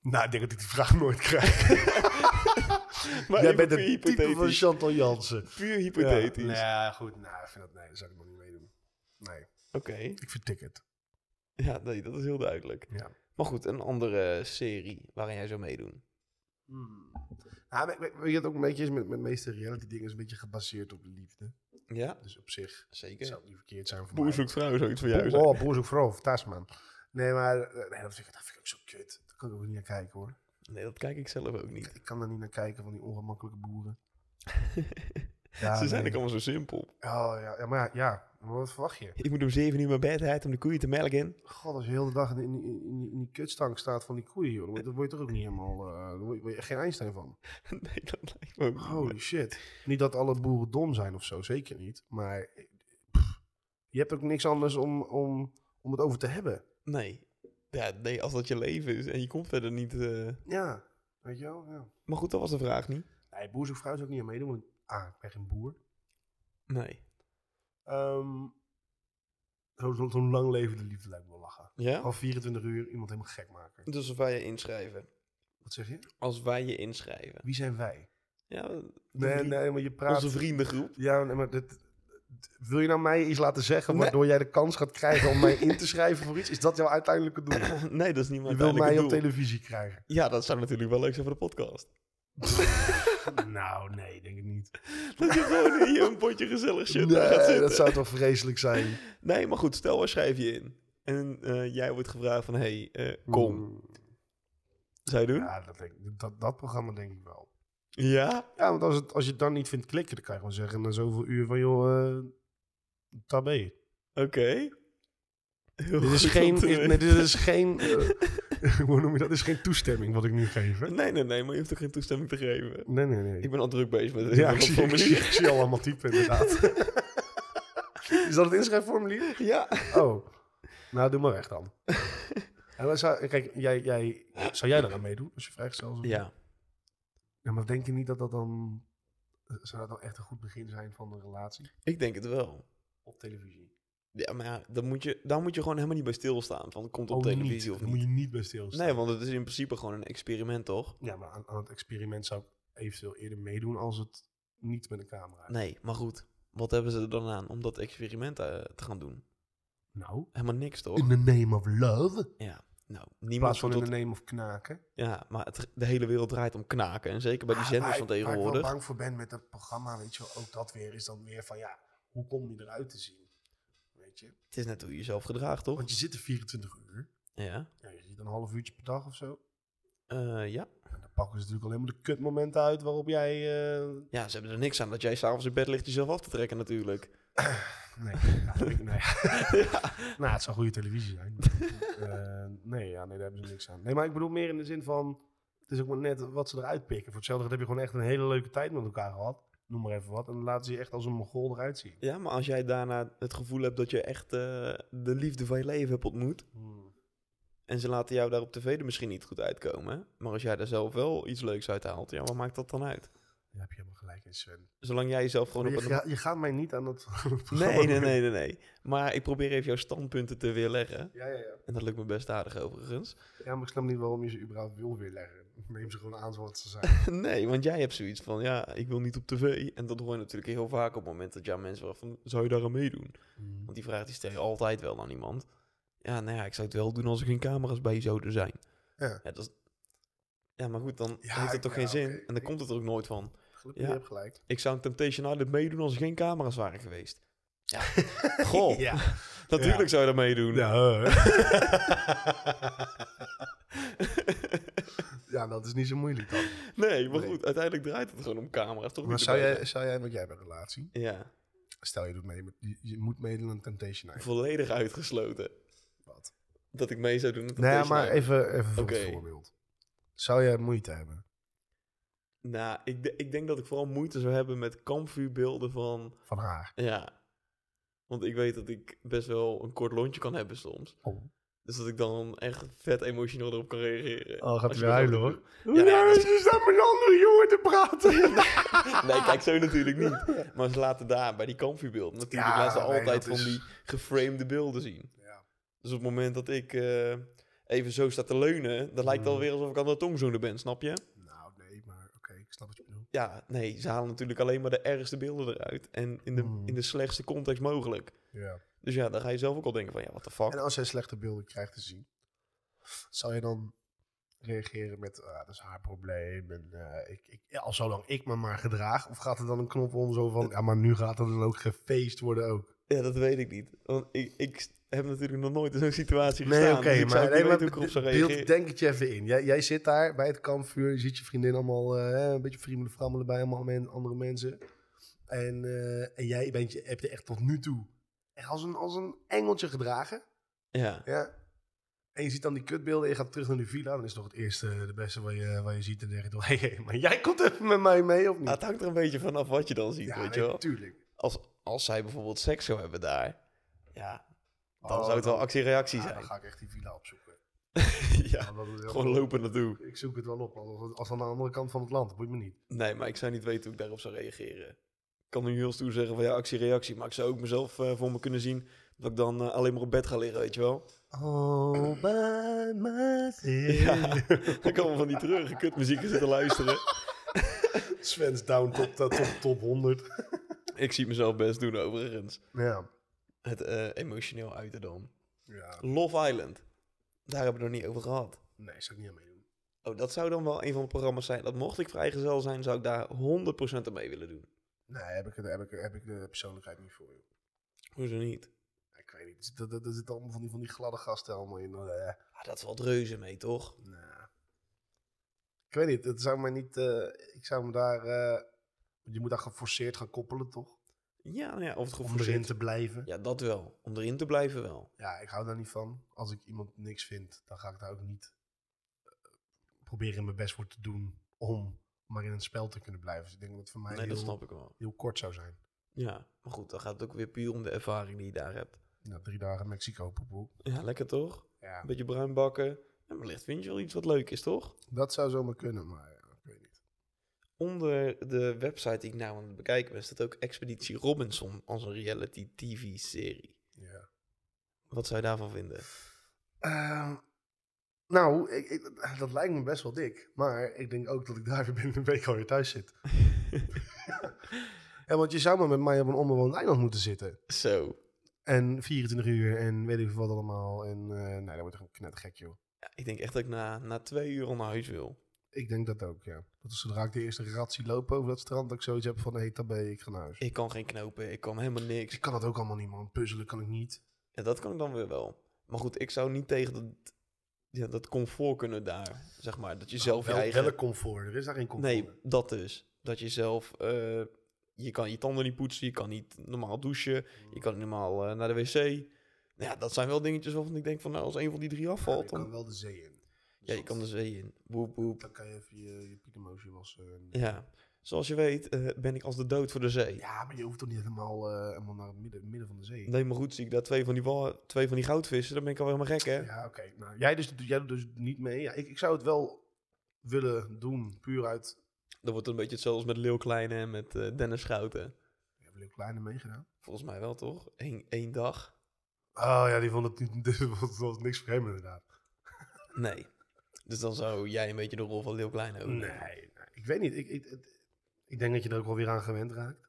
Nou, ik denk dat ik die vraag nooit *laughs* krijg. Maar Jij even bent puur een type van hypothetisch. Chantal Jansen. Puur hypothetisch. Ja, nou ja, goed. Nou, ik vind dat, nee, dat zou ik nog niet meedoen. Nee, Oké, ik vind Ticket. *laughs* ja, nee, dat is heel duidelijk. Ja. Maar goed, een andere serie waarin jij zou meedoen. Ja, maar, maar, Hmm. Nou, weet je, het ook een beetje is met, met de meeste reality dingen is een beetje gebaseerd op liefde. Ja, Dus op zich zeker. zou het niet verkeerd zijn voor Boer mij. zoekt vrouw, zoiets voor jou zijn. Oh, boer zoekt vrouw, fantastisch man. Nee, maar eh, nee, dat, vind ik, dat vind ik ook zo kut. Daar kan ik ook niet naar kijken hoor. Nee, dat kijk ik zelf ook niet. Ik kan er niet naar kijken van die ongemakkelijke *laughs* boeren. Ja, Ze zijn nee. ook allemaal zo simpel. Oh ja, ja, maar ja, ja, maar wat verwacht je? Ik moet om zeven uur mijn bed uit om de koeien te melken. *laughs* God, als je heel de dag in, in, in, in die- in die kutstank staat van die koeien, joh, dan word- dan word je toch ook niet helemaal, eh, dan word je, word je echt geen Einstein van. nee, dat lijkt me ook niet. Holy shit. Niet dat alle boeren dom zijn of zo, zeker niet. Maar eh, pff, je hebt ook niks anders om, om, om het over te hebben. Nee. Ja, nee, als dat je leven is en je komt verder niet... eh. Ja, weet je wel? Ja. Maar goed, dat was de vraag niet. Nee, boer zoekt vrouw zou ik niet aan meedoen, want ah, ik ben geen boer. Nee. Ehm, zo- zo- Zo'n lang levende liefde lijkt me wel lachen. Ja? Al 24 uur iemand helemaal gek maken. Dus als wij je inschrijven. Wat zeg je? Als wij je inschrijven. Wie zijn wij? Ja, de Nee, vriend- nee, maar je praat... onze vriendengroep. *laughs* Ja, nee, maar dit, wil je nou mij iets laten zeggen waardoor jij de kans gaat krijgen om mij in te schrijven voor iets? Is dat jouw uiteindelijke doel? nee, dat is niet mijn Je wil mij op uiteindelijke doel. televisie krijgen. Ja, dat zou natuurlijk wel leuk zijn voor de podcast. nou, nee, denk ik niet. Dat je gewoon hier een potje gezellig shit gaat Nee, zitten. dat zou toch vreselijk zijn. Nee, maar goed, stel, waar schrijf je in? En eh, jij wordt gevraagd van, hé, hey, eh, kom. Zou je doen? Ja? Mm. Ja, dat, denk ik- dat, dat programma denk ik wel. Ja, want als, het, als je het dan niet vindt klikken, dan kan je gewoon zeggen na zoveel uur van, joh, eh tabé. Oké. Heel Dit *laughs* is goed om geen, te dit, weten. nee, dit is *laughs* geen, eh, hoe noem je dat? Dit is geen toestemming wat ik nu geef, hè? Nee, nee, nee, maar je hoeft ook geen toestemming te geven. Nee, nee, nee. Ik ben al druk bezig met Ja, met ik zie, dat ik, zie, formulier. ik zie al allemaal typen inderdaad. *laughs* Is dat het inschrijfformulier? *laughs* Ja. Oh, nou doe maar weg dan. En dan zou, kijk, jij, jij, zou jij eraan meedoen als je vrijgesteld zou Ja. ja, maar denk je niet dat dat dan... Zou dat dan echt een goed begin zijn van een relatie? Ik denk het wel. Op televisie. Ja, maar ja, dan moet je, daar moet je gewoon helemaal niet bij stilstaan. Van komt op Oh, televisie niet. of Dan niet. moet je niet bij stilstaan. Nee, want het is in principe gewoon een experiment, toch? Ja, maar aan, aan het experiment zou ik eventueel eerder meedoen als het niet met een camera. is. Nee, maar goed. Wat hebben ze er dan aan om dat experiment eh, te gaan doen? Nou, Helemaal niks, toch? in the name of love. Ja. Nou, In niemand plaats van in doet the name of knaken. Ja, maar het, de hele wereld draait om knaken. En zeker bij die Ah, zenders waar van ik- Waar ik tegenwoordig. wel bang voor ben met dat programma, weet je wel, ook dat weer is dan weer van ja, hoe kom je eruit te zien? Weet je? Het is net hoe je jezelf gedraagt, toch? Want je zit er 24 uur. Ja. Ja, je zit een half uurtje per dag of zo. Eh, ja. Dan pakken ze natuurlijk alleen maar de kutmomenten uit waarop jij... eh, ja, ze hebben er niks aan dat jij s'avonds in bed ligt jezelf af te trekken natuurlijk. nee, *laughs* nee, nee. *laughs* Nou, het zou goede televisie zijn. Eh, nee, ja, nee, daar hebben ze niks aan. Nee, maar ik bedoel meer in de zin van... Het is ook maar net wat ze eruit pikken. Voor hetzelfde geld heb je gewoon echt een hele leuke tijd met elkaar gehad. Noem maar even wat. En dan laten ze je echt als een mogol eruit zien. Ja, maar als jij daarna het gevoel hebt dat je echt eh, de liefde van je leven hebt ontmoet... en ze laten jou daar op tv er misschien niet goed uitkomen... hè, maar als jij daar zelf wel iets leuks uit haalt, ja, wat maakt dat dan uit? Daar heb je helemaal gelijk in, Sven. Zolang jij jezelf gewoon Maar op Je, een... ga- je gaat mij niet aan dat *laughs* programma Nee, nee, doen. nee, nee, nee. Maar ik probeer even jouw standpunten te weerleggen. Ja, ja, ja. En dat lukt me best aardig overigens. Ja, maar ik snap niet waarom je ze überhaupt wil weerleggen. Neem ze gewoon aan zoals ze zijn. *laughs* Nee, want jij hebt zoiets van, ja, ik wil niet op tv. En dat hoor je natuurlijk heel vaak op het moment dat jouw mensen vragen van, zou je daar aan meedoen? Want die vraag die stel je altijd wel aan iemand. Ja, nou ja, ik zou het wel doen als er geen camera's bij je zouden zijn. Ja. Ja, dat is... ja maar goed, dan Ja, heeft het toch ja, geen zin. oké. En dan komt het er ook nooit van. Gelukkig, Ja. je hebt gelijk. Ik zou een Temptation Island meedoen als er geen camera's waren geweest. Ja, *laughs* goh, Ja. natuurlijk zou je daar meedoen. ja, dat is niet zo moeilijk *laughs* dan. *laughs* Nee, maar Nee. goed, uiteindelijk draait het gewoon om camera's. Toch Maar niet zou erbij jij, zou jij, want jij hebt een relatie. zijn. Ja, Stel je doet mee, met- je, je moet meedoen aan Temptation Island. volledig uitgesloten. Wat? Dat ik mee zou doen. met Nee, Temptation maar Island. even, even voor het Oké. voorbeeld. Zou jij moeite hebben Nou, ik, de- ik denk dat ik vooral moeite zou hebben met kampvuurbeelden van... van haar? Ja. Want ik weet dat ik best wel een kort lontje kan hebben soms. Oh. Dus dat ik dan echt vet emotioneel erop kan reageren. Oh, gaat hij Als weer je huilen, dat- hoor. Ja, nee, dat is- is dat met een andere jongen te praten? *laughs* Nee, kijk, zo natuurlijk niet. Maar ze laten daar, bij die kampvuurbeelden, natuurlijk Ja, laten ze nee, altijd dat van is- die geframede beelden zien. Ja. Dus op het moment dat ik eh, even zo sta te leunen, dan Mm. lijkt het alweer alsof ik aan de tongzoenen ben, snap je? Nou, nee, maar oké, ik snap wat je bedoelt. Ja, nee, ze halen natuurlijk alleen maar de ergste beelden eruit. En in de, Hmm. in de slechtste context mogelijk. Ja. Dus ja, dan ga je zelf ook al denken van, ja, what the fuck. En als jij slechte beelden krijgt te zien, zou je dan reageren met, ah, dat is haar probleem, en, eh, ik, ik, ja, al zolang ik me maar gedraag? Of gaat er dan een knop om zo Eh, van, ja, maar nu gaat er dan ook gefeest worden ook? Ja, dat weet ik niet. Want ik, ik heb natuurlijk nog nooit in zo'n situatie Nee, gestaan. oké, dus ik zou maar, ook nee, niet maar weten hoe ik erop zou beeld- reageren. denk het je even in. Jij, jij zit daar bij het kampvuur, je ziet je vriendin allemaal eh, een beetje friemelen, frammelen bij allemaal men- andere mensen. En, eh, en jij bent je, hebt je echt tot nu toe echt als een, als een engeltje gedragen. Ja, Ja. En je ziet dan die kutbeelden, je gaat terug naar de villa. Dan is nog het eerste, de beste waar je, waar je ziet. En dan denk je, toch, *laughs* hé, hé, maar jij komt even met mij mee, of niet? Ah, het hangt er een beetje vanaf wat je dan ziet, ja, weet je nee, wel. tuurlijk. Als, als zij bijvoorbeeld seks zou hebben daar, ja, dan Oh, zou het wel dan- actie-reactie ja, zijn. *laughs* dan ga ik echt die villa opzoeken. ja, Ja, dat is heel- gewoon lopen naartoe. Ik zoek het wel op, als, als aan de andere kant van het land. Boeit me niet. Nee, maar ik zou niet weten hoe ik daarop zou reageren. Ik kan nu heel stoer zeggen van ja, actie-reactie. Maar ik zou ook mezelf eh, voor me kunnen zien dat ik dan eh, alleen maar op bed ga liggen, weet je wel. Oh, bij Ja, *laughs* dan komen van die treurige kutmuziek zitten luisteren. Sven's down top, top, top, top 100. Ik zie het mezelf best doen overigens. Ja. Het eh, emotioneel uiten dan. ja. Love Island. Daar hebben we het nog niet over gehad. Nee, zou ik niet aan meedoen. Oh, dat zou dan wel een van de programma's zijn. Dat mocht ik vrijgezel zijn, zou ik daar 100% aan mee willen doen. Nee, heb ik, heb, ik, heb ik de persoonlijkheid niet voor. Joh. Hoezo niet? Ik weet niet, Dus er- er er zitten allemaal van die, van die gladde gasten allemaal in. eh. Ah, dat valt reuze mee, toch? Nou, Ik weet niet, het zou me niet. eh, ik zou me daar. eh, je moet daar geforceerd gaan koppelen, toch? Ja, nou ja, of het Om erin geforceerd. te blijven. Ja, dat wel. Om erin te blijven wel. Ja, ik hou daar niet van. Als ik iemand niks vind, dan ga ik daar ook niet eh, proberen mijn best voor te doen om maar in het spel te kunnen blijven. Dus ik denk dat het voor mij Nee, dat heel, snap ik wel. heel kort zou zijn. Ja, maar goed, dan gaat het ook weer puur om de ervaring die je daar hebt. Ja, drie dagen Mexico, poepoe. Ja, lekker toch? Ja, Een beetje bruin bakken. En wellicht vind je wel iets wat leuk is, toch? dat zou zomaar kunnen, maar ja, ik weet niet. Onder de website die ik nou aan het bekijken ben, staat ook Expeditie Robinson als een reality TV-serie. Ja. Wat zou je daarvan vinden? Ehm, nou, ik, ik- dat lijkt me best wel dik. Maar ik denk ook dat ik daar *laughs* weer binnen een week alweer thuis *laughs* zit. *laughs* Ja, want je zou maar met mij op een onbewoond eiland moeten zitten. Zo. En 24 uur en weet ik veel wat allemaal. En eh, nee, dat wordt gewoon knettergek, joh. Ja, ik denk echt dat ik na, na twee uur al naar huis wil. Ik denk dat ook, ja. Dat is zodra ik de eerste ratzie loop over dat strand, dat ik zoiets heb van, hé, hey, dan ben ik gaan naar huis. Ik kan geen knopen, ik kan helemaal Dus niks. ik kan dat ook allemaal niet, man. Puzzelen kan ik niet. En dat kan ik dan weer wel. Maar goed, ik zou niet tegen dat ja, dat comfort kunnen daar, zeg maar. Dat je Nou, zelf je wel, eigen... welk comfort? Er is daar geen comfort. Nee, dat dus. Dat je zelf... eh, je kan je tanden niet poetsen, je kan niet normaal douchen, je kan niet normaal eh, naar de wc. Nou Ja, dat zijn wel dingetjes waarvan ik denk van, nou, als een van die drie Ja, maar afvalt, je kan dan... wel de zee in. Dus Ja, je kan de zee in. Boep, boep. Dan kan je even je, je piedemoosje wassen. en- Ja. Zoals je weet eh, ben ik als de dood voor de zee. Ja, maar je hoeft toch niet helemaal, eh, helemaal naar het midden, midden van de zee. Nee, maar goed, zie ik daar twee van die, wa- twee van die goudvissen, dan ben ik alweer helemaal gek, hè? Ja, oké. Nou, jij, dus, jij doet dus niet mee. Ja, ik, ik zou het wel willen doen, puur uit... Dan wordt het een beetje hetzelfde als met Leeuw Kleine en met eh, Dennis Schouten. We hebben Leeuw Kleine meegedaan. Volgens mij wel, toch? Eén één dag? Oh ja, die vond het niet... *laughs* Dus was, was niks voor hem inderdaad. Nee. Dus dan zou jij een beetje de rol van Leeuw Kleine Nee, overnemen. nee, ik weet niet. Ik, ik, het- ik denk dat je er ook wel weer aan gewend raakt.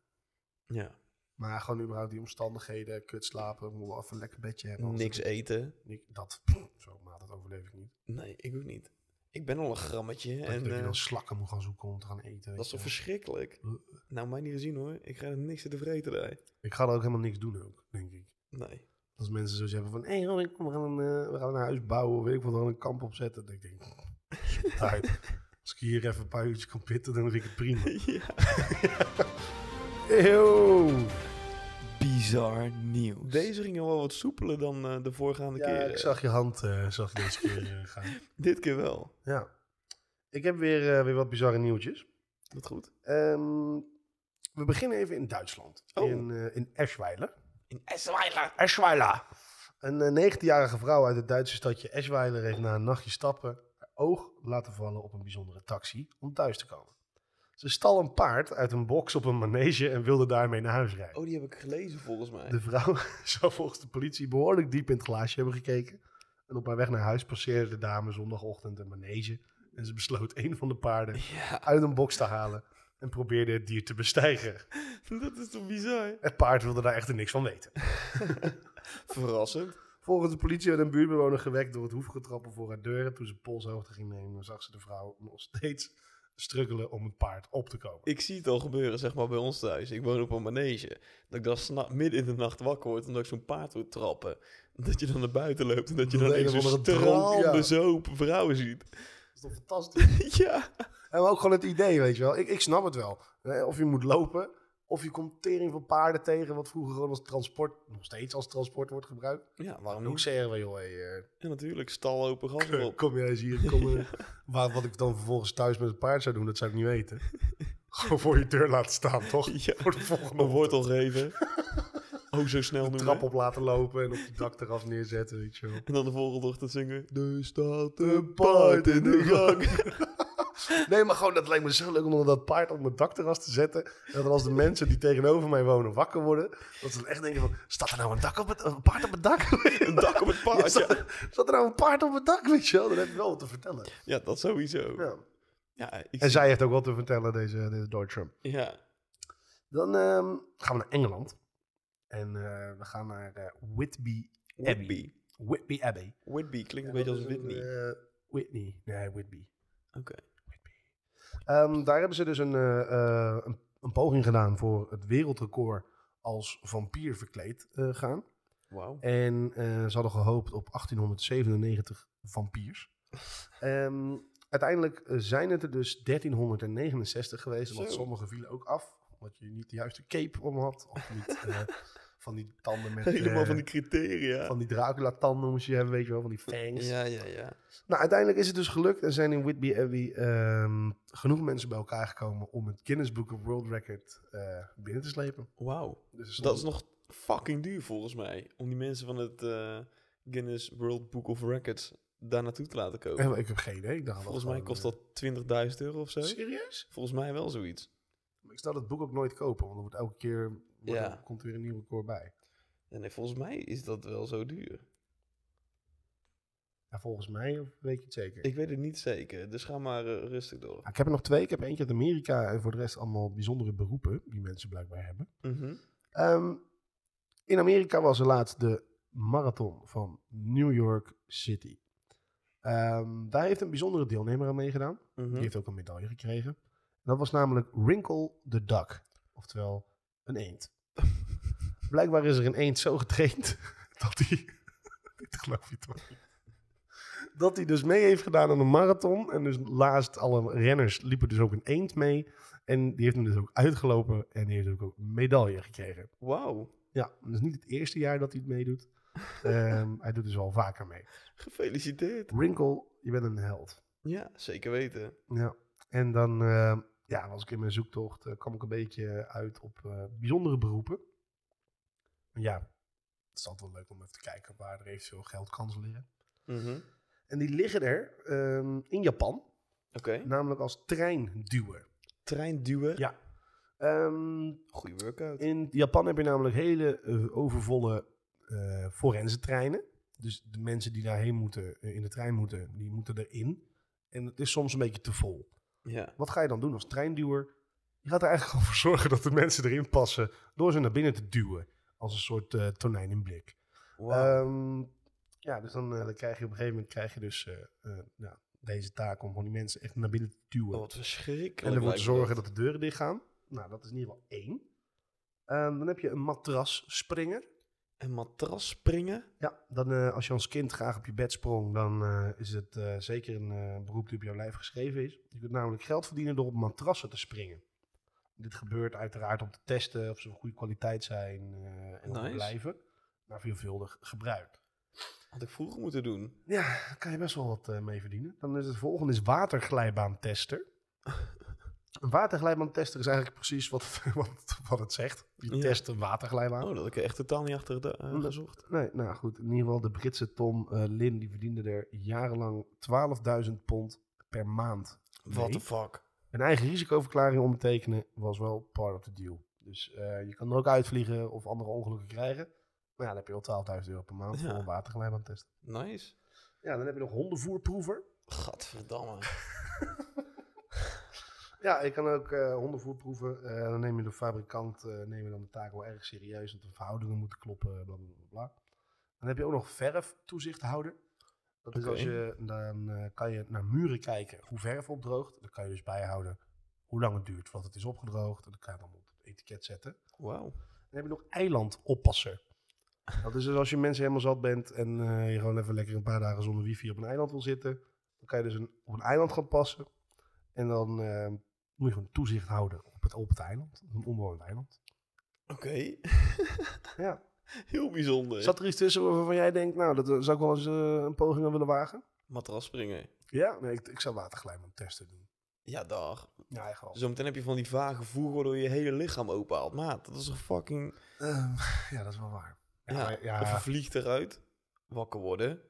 Ja. Maar gewoon überhaupt die omstandigheden. Kut slapen, moet wel even een lekker bedje hebben. anders- Niks eten. Nik- Dat, *laughs* zo maat, dat overleef ik niet. Nee, ik ook niet. Ik ben al een grammetje Dat, en, en dat je eh, dan slakken moet gaan zoeken om te gaan eten. weet dat je is toch wel. verschrikkelijk? Nou, mij niet gezien hoor. Ik ga er niks te vreten bij. ik ga er ook helemaal niks doen ook, denk ik. Nee. Als mensen zo zeggen van, hé hey, Robin, kom, we, gaan een, eh, we gaan een huis bouwen, of weet ik wat, we gaan een kamp opzetten. Dan denk ik, shit, *laughs* uit. Als ik hier even een paar uurtjes kan pitten, dan vind ik het prima. *laughs* *laughs* ja. Eeuw! Bizar nieuws. Deze gingen wel wat soepeler dan eh, de voorgaande Ja, keer. ik zag je hand, eh, zag je deze keer eh, gaan. Dit keer wel. Ja. Ik heb weer, eh, weer wat bizarre nieuwtjes. Dat goed. Ehm, we beginnen even in Duitsland. Oh. In, eh, in Eschweiler. In Esweiler. Eschweiler. Een eh, 19-jarige vrouw uit het Duitse stadje Eschweiler heeft na een nachtje stappen haar oog laten vallen op een bijzondere taxi om thuis te komen. Ze stal een paard uit een box op een manege en wilde daarmee naar huis rijden. Oh, die heb ik gelezen volgens mij. De vrouw *laughs* zou volgens de politie behoorlijk diep in het glaasje hebben gekeken. En op haar weg naar huis passeerde de dame zondagochtend een manege. En ze besloot een van de paarden *laughs* Ja, uit een box te halen en probeerde het dier te bestijgen. dat is toch bizar? Het paard wilde daar echter niks van weten. Verrassend. Volgens de politie werd een buurtbewoner gewekt door het hoefgetrappen voor haar deur. En toen ze polshoogte ging nemen, zag ze de vrouw nog steeds struggelen om het paard op te komen. Ik zie het al gebeuren, zeg maar, bij ons thuis. Ik woon op een manege. Dat ik dan s'na- midden in de nacht wakker word omdat ik zo'n paard wil trappen. Dat je dan naar buiten loopt en dat je Dat dan een echt of zo'n andere dronk, stralende ja. zoop vrouwen ziet. *laughs* Dat is toch fantastisch? ja. en ook gewoon het idee, weet je wel. Ik, ik snap het wel. Eh, Of je moet lopen, of je komt tering van paarden tegen, wat vroeger gewoon als transport, nog steeds als transport wordt gebruikt. Ja, waarom Dan ook niet? zeggen we, joh, hey, eh, En natuurlijk, stal open gas kom- erop. *laughs* kom jij eens hier. Kom, eh. Maar wat ik dan vervolgens thuis met het paard zou doen, dat zou ik niet *laughs* weten. Gewoon voor je deur laten staan, toch? *laughs* Ja, Voor de volgende een wortel *laughs* geven. Oh, zo snel de noemen. trap op laten lopen en op het dak eraf neerzetten, weet je wel. En dan de volgende ochtend zingen. Er staat Een een paard in de gang. *laughs* nee, maar gewoon, dat lijkt me zo leuk om dan dat paard op mijn dakterras te zetten. En dat dan als de mensen die tegenover mij wonen wakker worden, dat ze dan echt denken van, staat er nou een, dak op het, een paard op het *laughs* dak? Een dak op het Ja, paard, staat, ja. er- staat er nou een paard op het dak, weet je wel? Dan heb je wel wat te vertellen. Ja, dat sowieso. Ja. Ja, ik En zie- zij heeft ook wat te vertellen, deze, deze Deutsche. ja. Dan ehm, gaan we naar Engeland. En eh, we gaan naar eh, Whitby, Abbey. Whitby. Whitby Abbey. Whitby klinkt een beetje als Whitney. Eh, Whitney. Nee, Whitby. Oké. Ehm, daar hebben ze dus een, eh, eh, een, een poging gedaan voor het wereldrecord als vampier verkleed eh, gaan. Wauw. En eh, ze hadden gehoopt op 1897 vampiers. Ehm, uiteindelijk eh, zijn het er dus 1369 geweest, want Zo. sommige vielen ook af. Omdat je niet de juiste cape om had. Of niet *laughs* eh, van die tanden met... *laughs* Helemaal eh, van die criteria. van die Dracula-tanden moest je hebben, weet je wel, van die fangs. ja, ja, ja. Nou, uiteindelijk is het dus gelukt en zijn in Whitby Abbey ehm, genoeg mensen bij elkaar gekomen om het Guinness Book of World Record eh, binnen te slepen. Wauw. Dus er Dat stonden- is nog fucking duur volgens mij. Om die mensen van het eh, Guinness World Book of Records daar naartoe te laten komen. Eh, Ik heb geen idee. Ik dacht Volgens mij gewoon, kost eh, dat 20.000 euro of zo. Serieus? Volgens mij wel zoiets. Ik zou dat boek ook nooit kopen, want er wordt elke keer wordt Ja. er- komt er weer een nieuw record bij. En nee, volgens mij is dat wel zo duur. Ja, volgens mij of weet je het zeker. Ik, Ik weet het niet zeker, dus ga maar eh, rustig door. ik heb er nog twee. Ik heb eentje uit Amerika en voor de rest allemaal bijzondere beroepen die mensen blijkbaar hebben. Mhm. Ehm, in Amerika was er laatst de marathon van New York City. Ehm, daar heeft een bijzondere deelnemer aan meegedaan. mhm. Die heeft ook een medaille gekregen. En dat was namelijk Wrinkle the Duck. Oftewel, een eend. *laughs* Blijkbaar is er een eend zo getraind dat hij... Dit geloof je toch niet. dat hij dus mee heeft gedaan aan de marathon. En dus laatst alle renners liepen dus ook een eend mee. En die heeft hem dus ook uitgelopen en die heeft ook een medaille gekregen. Wauw, Ja, dat is niet het eerste jaar dat hij het meedoet. Ehm, hij doet dus al vaker mee. gefeliciteerd. Wrinkle, je bent een held. Ja, zeker weten. Ja, en dan eh, ja, was ik in mijn zoektocht, eh, kwam ik een beetje uit op eh, bijzondere beroepen. Ja, het is altijd wel leuk om even te kijken waar er eventueel geld kan liggen. Mhm. En die liggen er ehm, in Japan, Oké, namelijk als treinduwer. treinduwen. Ja. Ehm, Goeie workout. in Japan heb je namelijk hele eh, overvolle eh forense treinen. Dus de mensen die daarheen moeten, eh, in de trein moeten, die moeten erin. En het is soms een beetje te vol. Ja. Wat ga je dan doen als treinduwer? Je gaat er eigenlijk *laughs* gewoon voor zorgen dat de mensen erin passen door ze naar binnen te duwen. Als een soort eh, tonijn in blik. Wauw. Ehm, ja, dus dan, eh, dan krijg je op een gegeven moment krijg je dus eh, eh, nou, deze taak om gewoon die mensen echt naar binnen te duwen. Oh, wat verschrikkelijk. en ervoor te lijkt me zorgen dat de deuren dicht gaan. Nou, dat is in ieder geval één. Ehm, dan heb je een matrasspringer. Een matras springen? Ja, dan, eh, als je als kind graag op je bed sprong, dan eh, is het eh, zeker een eh, beroep die op jouw lijf geschreven is. Je kunt namelijk geld verdienen door op matrassen te springen. Dit gebeurt uiteraard om te testen of ze van goede kwaliteit zijn eh, en of ze Nice. blijven. Maar veelvuldig gebruikt. Had ik vroeger moeten doen. Ja, daar kan je best wel wat eh, mee verdienen. Dan is het volgende is *laughs* waterglijbaantester. Een waterglijbaantester is eigenlijk precies wat, *laughs* wat, wat het zegt. Je Ja. test een waterglijbaan. Oh, dat had ik er echt totaal niet achter de, eh, Ah. Hm. gezocht. Nee, nou goed. In ieder geval de Britse Tom eh, Lin, die verdiende er jarenlang 12.000 pond per maand. What Nee. the fuck? Een eigen risicoverklaring ondertekenen was wel part of the deal. Dus eh, je kan er ook uitvliegen of andere ongelukken krijgen. Maar ja, dan heb je al 12.000 euro per maand Ja. voor een waterglijbaantest. Nice. Ja, dan heb je nog hondenvoerproever. Gadverdamme. *laughs* Ja, je kan ook eh, hondenvoer proeven. Eh, dan neem je de fabrikant, eh neem je dan de taak wel erg serieus. Want de verhoudingen moeten kloppen, eh, bla bla bla. bla. Dan heb je ook nog verftoezichthouder. Dat is Oké. als je, dan eh, kan je naar muren kijken hoe verf opdroogt. Dan kan je dus bijhouden hoe lang het duurt voordat het is opgedroogd. En dan kan je dan op het etiket zetten. Wauw. Dan heb je nog eilandoppasser. Dat is dus als je mensen helemaal zat bent en eh, je gewoon even lekker een paar dagen zonder wifi op een eiland wil zitten. Dan kan je dus een, op een eiland gaan passen. En dan eh, moet je gewoon toezicht houden op het, op het eiland. Een onbewoond eiland. Oké, *laughs* Ja. heel bijzonder. Zat er iets tussen waarvan jij denkt, nou, dat eh, zou ik wel eens eh, een poging aan willen wagen? Matras springen. Ja, nee, ik, ik zou waterglijmen testen doen. Ja, dag. Ja, eigenlijk al. Zometeen heb je van die vage voer waardoor je je hele lichaam openhaalt. Maat, dat is een fucking... Ehm, ja, dat is wel waar. Ja, Ja, maar ja. Of je vliegt eruit, wakker worden.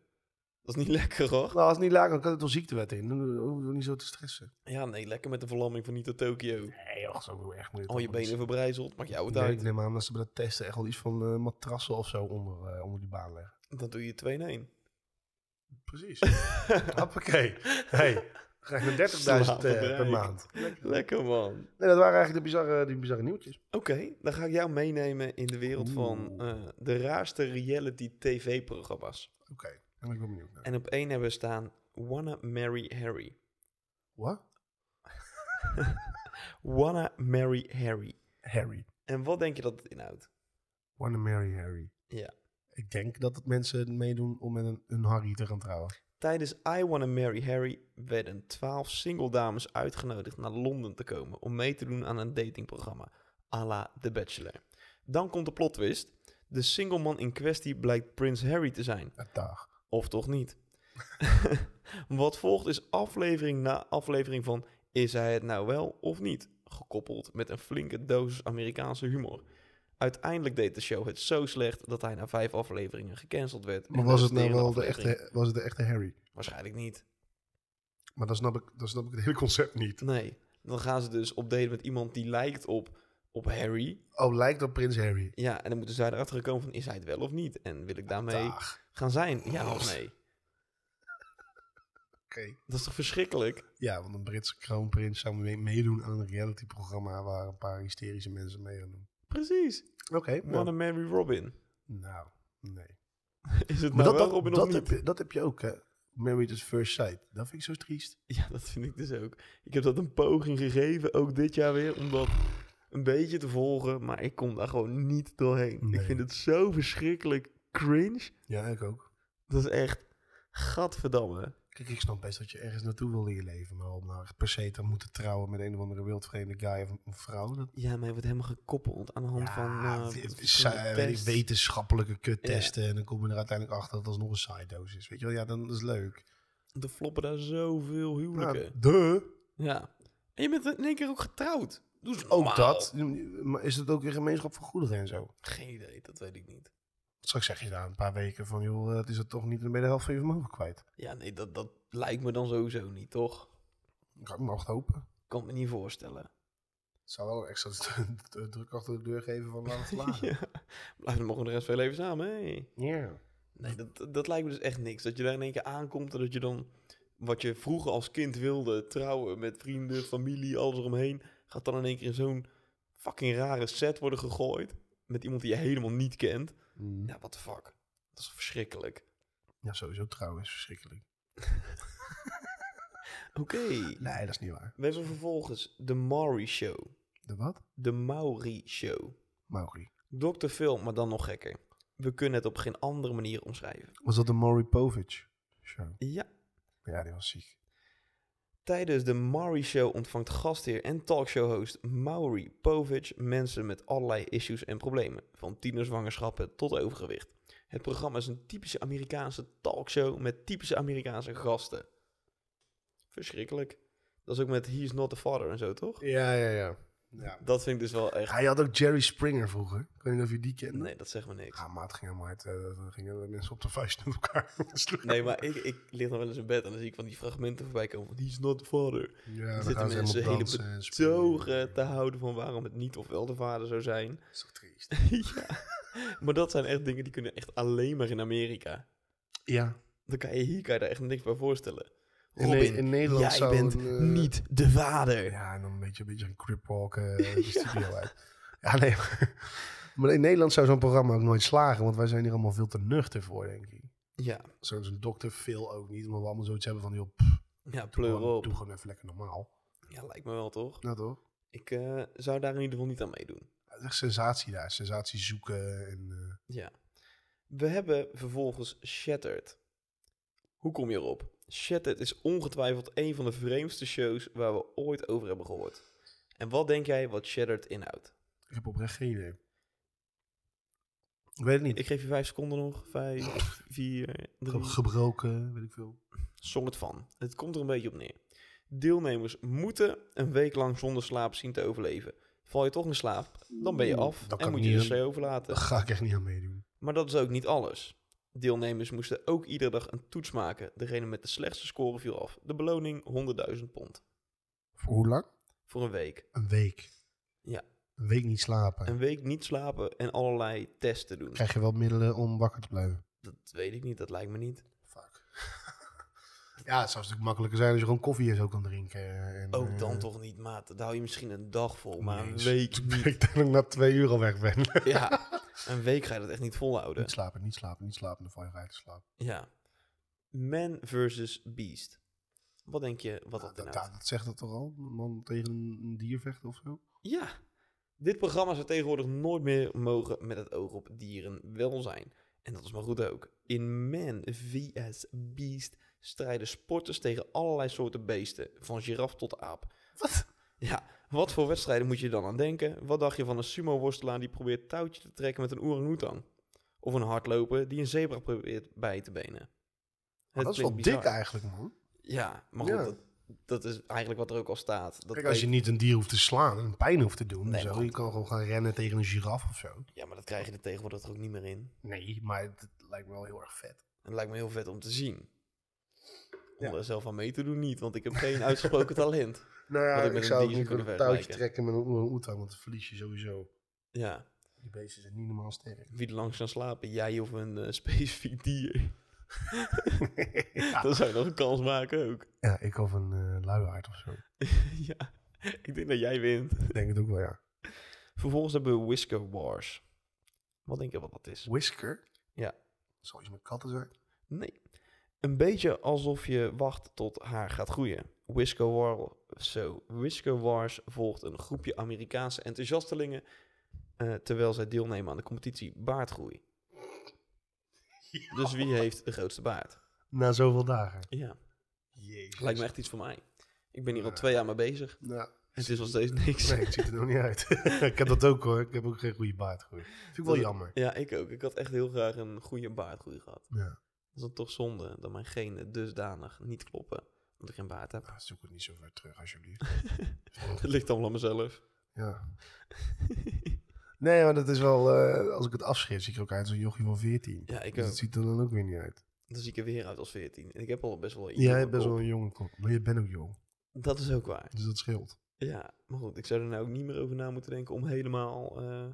Dat is niet *laughs* lekker, hoor. Nou, als het niet laag, dan kan het wel ziektewet in. Dan hoeven we niet zo te stressen. Ja, nee, lekker met de verlamming van niet tot Tokio. Nee, joh, zo erg moet Al je benen verbrijzeld, maakt jou het Nee, uit. ik neem aan dat ze bij dat testen echt wel iets van eh, matrassen of zo onder, eh, onder die baan leggen. Dan doe je 2 in 1. *laughs* Precies. Hoppakee. Hey, krijg je 30.000 Slaven eh, per bereikt. maand. Lekker, man. Nee, dat waren eigenlijk de bizarre, die bizarre nieuwtjes. Oké, dan ga ik jou meenemen in de wereld van Oeh. eh, de raarste reality tv-programma's. Oké, dan ben ik wel benieuwd naar. En op één hebben we staan Wanna Marry Harry. What? Wanna Marry Harry. Harry. En wat denk je dat het inhoudt? Wanna marry Harry. Ja. Ik denk dat het mensen meedoen om met een, een Harry te gaan trouwen. Tijdens I Wanna Marry Harry werden 12 single dames uitgenodigd naar Londen te komen om mee te doen aan een datingprogramma, à la The Bachelor. Dan komt de plot twist. De single man in kwestie blijkt Prins Harry te zijn. Een dag. Of toch niet? *laughs* Wat volgt is aflevering na aflevering van Is hij het nou wel of niet? Gekoppeld met een flinke dosis Amerikaanse humor. Uiteindelijk deed de show het zo slecht dat hij na vijf afleveringen gecanceld werd. Maar En was de het nou resterende wel de aflevering- echte, was het de echte Harry? Waarschijnlijk niet. Maar dan snap ik, dan snap ik het hele concept niet. Nee. Dan gaan ze dus op date met iemand die lijkt op, op Harry. Oh, lijkt op Prins Harry. Ja, en dan moeten zij erachter komen van is hij het wel of niet? En wil ik daarmee Dag. gaan zijn? Ja of nee? Oké. Dat is toch verschrikkelijk? Ja, want een Britse kroonprins zou mee- meedoen aan een realityprogramma waar een paar hysterische mensen mee gaan doen. Precies. Oké, Wanna Marry Robin. *laughs* nou, nee. Is het Maar dat, nou wel dat, Robin of dat, niet? heb je, dat heb je ook, hè? Married at First Sight. Dat vind ik zo triest. Ja, dat vind ik dus ook. Ik heb dat een poging gegeven, ook dit jaar weer, om dat een beetje te volgen. Maar ik kom daar gewoon niet doorheen. Nee. Ik vind het zo verschrikkelijk cringe. Ja, ik ook. Dat is echt... Gadverdamme. Kijk, ik snap best dat je ergens naartoe wil in je leven. Maar om nou echt per se te moeten trouwen met een of andere wildvreemde guy of een vrouw. Dat, Ja, maar hij wordt helemaal gekoppeld aan de hand van... ja, eh, dit van is, de eh, weet ik, test. wetenschappelijke kuttesten. En dan kom je er uiteindelijk achter dat het alsnog een side is. Weet je wel, ja, dan is het leuk. Er floppen daar zoveel huwelijken. Nou, duh. Ja. En je bent in één keer ook getrouwd. Dus Doe ze Ook normaal. dat. Maar is het ook weer gemeenschap van goederen en zo? Geen idee, dat weet ik niet. Straks zeg je daar een paar weken van, joh, eh, het is er toch niet bij de helft van je vermogen kwijt. Ja, nee, dat, dat lijkt me dan sowieso niet, toch? Ik had me echt hopen. Kan me niet voorstellen. Het zou wel een extra *laughs* d- d- druk achter de deur geven van *laughs* laat het lagen. *laughs* Ja. Blijf dan mogen de rest van je leven samen, hé. Ja. Nee, dat, dat- dat lijkt me dus echt niks. Dat je daar in één keer aankomt en dat je dan... Wat je vroeger als kind wilde, trouwen met vrienden, familie, alles eromheen... gaat dan in één keer in zo'n fucking rare set worden gegooid. Met iemand die je helemaal niet kent. Mm. Ja, what the fuck. Dat is verschrikkelijk. Ja, sowieso trouwen is verschrikkelijk. Oké. Nee, dat is niet waar. We hebben vervolgens de Maury Show. De wat? De Maury Show. Maori. Dr. Phil, maar dan nog gekker. We kunnen het op geen andere manier omschrijven. Was dat de Maury Povich show? Ja. Ja, die was ziek. Tijdens de Maury Show ontvangt gastheer en talkshow-host Maury Povich mensen met allerlei issues en problemen. Van tienerzwangerschappen tot overgewicht. Het programma is een typische Amerikaanse talkshow met typische Amerikaanse gasten. Verschrikkelijk. Dat is ook met He's Not the Father en zo, toch? Ja, ja, ja. ja. Dat vind ik dus wel echt... Hij had ook Jerry Springer vroeger. Ik weet niet of je die kent. Nee, dat zegt me niks. Ja, maat ging helemaal uit. eh, dan gingen mensen op de vuist met elkaar. *laughs* slaan. Nee, maar ik, ik lig nog wel eens in bed en dan zie ik van die fragmenten voorbij komen van He's not the father. ja, dan zitten gaan ze mensen helemaal hele dansen en springen. Zogen te houden van waarom het niet of wel de vader zou zijn. Dat is toch triest. ja. Maar dat zijn echt dingen die kunnen echt alleen maar in Amerika. Ja. Dan kan je hier kan je daar echt niks bij voorstellen. In, Ne- Robin, in Nederland jij zou bent een, eh, niet de vader. Ja, en dan een beetje een beetje een cripwalk *laughs* eh de studio uit. Ja, nee. Maar, *laughs* maar in Nederland zou zo'n programma ook nooit slagen, want wij zijn hier allemaal veel te nuchter voor, denk ik. Ja, Zo- Zo'n dokter veel ook niet, omdat we allemaal zoiets hebben van, joh, pff, ja pleur gewoon, op. doe gewoon even lekker normaal. Ja, lijkt me wel toch? Nou toch? Ik eh, zou daar in ieder geval niet aan meedoen. Het is echt sensatie daar, sensatie zoeken en... eh, Ja. We hebben vervolgens Shattered. Hoe kom je erop? Shattered is ongetwijfeld een van de vreemdste shows waar we ooit over hebben gehoord. En wat denk jij wat Shattered inhoudt? ik heb oprecht geen idee. Ik weet het niet. Ik geef je vijf seconden nog. Vijf, vier, drie. Gebroken, weet ik veel. Zong het van. Het komt er een beetje op neer. Deelnemers moeten een week lang zonder slaap zien te overleven. Val je toch in slaap, dan ben je af Dat kan en moet ik je niet dus aan- vrij overlaten. Daar ga ik echt niet aan meedoen. Maar dat is ook niet alles. Deelnemers moesten ook iedere dag een toets maken. Degene met de slechtste score viel af. De beloning 100.000 pond. Voor hoe lang? Voor een week. Een week. Ja. Een week niet slapen. Een week niet slapen en allerlei testen doen. Krijg je wel middelen om wakker te blijven? Dat weet ik niet, dat lijkt me niet. Fuck. *laughs* ja, het zou natuurlijk makkelijker zijn als je gewoon koffie en zo kan drinken. En, Ook dan eh, toch niet, maat. Daar hou je misschien een dag vol, maar niet een eens. week Ik niet. Eh. denk *laughs* dat ik na twee uur al weg ben. Ja, een week ga je dat echt niet volhouden. niet slapen, niet slapen, niet slapen. Dan val je uit te slapen. Ja. Man versus beast. Wat denk je wat Nou, dat dat, inhoudt? dat- dat zegt dat toch al? Een man tegen een, een dier vechten of zo? Ja. Dit programma zou tegenwoordig nooit meer mogen met het oog op dierenwelzijn. En dat is maar goed ook. In Man vs Beast strijden sporters tegen allerlei soorten beesten, van giraf tot aap. Wat? Ja, wat voor wedstrijden moet je dan aan denken? Wat dacht je van een sumo-worstelaar die probeert touwtje te trekken met een orang-oetang? Of een hardloper die een zebra probeert bij te benen? Het dat is wel klinkt dik bizar. eigenlijk, man. Ja, maar goed, Ja. dat, dat is eigenlijk wat er ook al staat. Dat Kijk, als je weet- niet een dier hoeft te slaan en pijn hoeft te doen. Nee, zo, maar- je kan gewoon gaan rennen tegen een giraf of zo. Ja, maar dat krijg je er tegenwoordig toch ook niet meer in. Nee, maar het, het lijkt me wel heel erg vet. En dat lijkt me heel vet om te zien. Om Ja. er zelf aan mee te doen niet, want ik heb geen *laughs* uitgesproken talent. Nou ja, Wat ik ik, met een zou ook dier niet kunnen een touwtje vergelijken. trekken met een orang-oetang, want dat verlies je sowieso. Ja, Die beesten zijn niet normaal *laughs* sterk. wie er langs kan slapen, jij of een eh, specifiek dier. ja. Dan zou je nog een kans maken ook. *laughs* Ja, ik of een eh, luiaard of zo. ja, ik denk dat jij wint. Ik denk het ook wel, ja. Vervolgens hebben we Whisker Wars. Wat denk je wat dat is? Whisker? Ja. Zou iets met katten zijn? Nee. Een beetje alsof je wacht tot haar gaat groeien. Whisker, War, zo, Whisker Wars volgt een groepje Amerikaanse enthousiastelingen... eh, terwijl zij *laughs* Dus deelnemen aan de competitie baardgroei. Dus wie heeft de grootste baard? na zoveel dagen. Ja, Jezus. lijkt me echt iets voor mij. Ik ben hier al Ja. twee jaar mee bezig. Nou, Het is nog steeds niks. *laughs* nee, het ziet er nog niet uit. *laughs* ik heb dat ook hoor. Ik heb ook geen goede baard groeien. Vind ik wel Dat- jammer. Ja, ik ook. Ik had echt heel graag een goede baardgroei gehad. Ja, Dat is dan toch zonde dat mijn genen dusdanig niet kloppen. Omdat ik geen baard heb. *laughs* nou, zoek het niet zo ver terug alsjeblieft. Het ligt allemaal aan mezelf. ja. Nee, maar dat is wel... eh, als ik het afschrift, zie ik er ook uit als een jochie van 14. Ja, ik Dus ook. dat ziet er dan ook weer niet uit. Dan zie ik er weer uit als 14. En ik heb al best wel iets Jij op hebt mijn best wel kop. een jonge kop. Maar je bent ook jong. Dat is ook waar. Dus dat scheelt. Ja, maar goed. Ik zou er nou ook niet meer over na moeten denken om helemaal eh,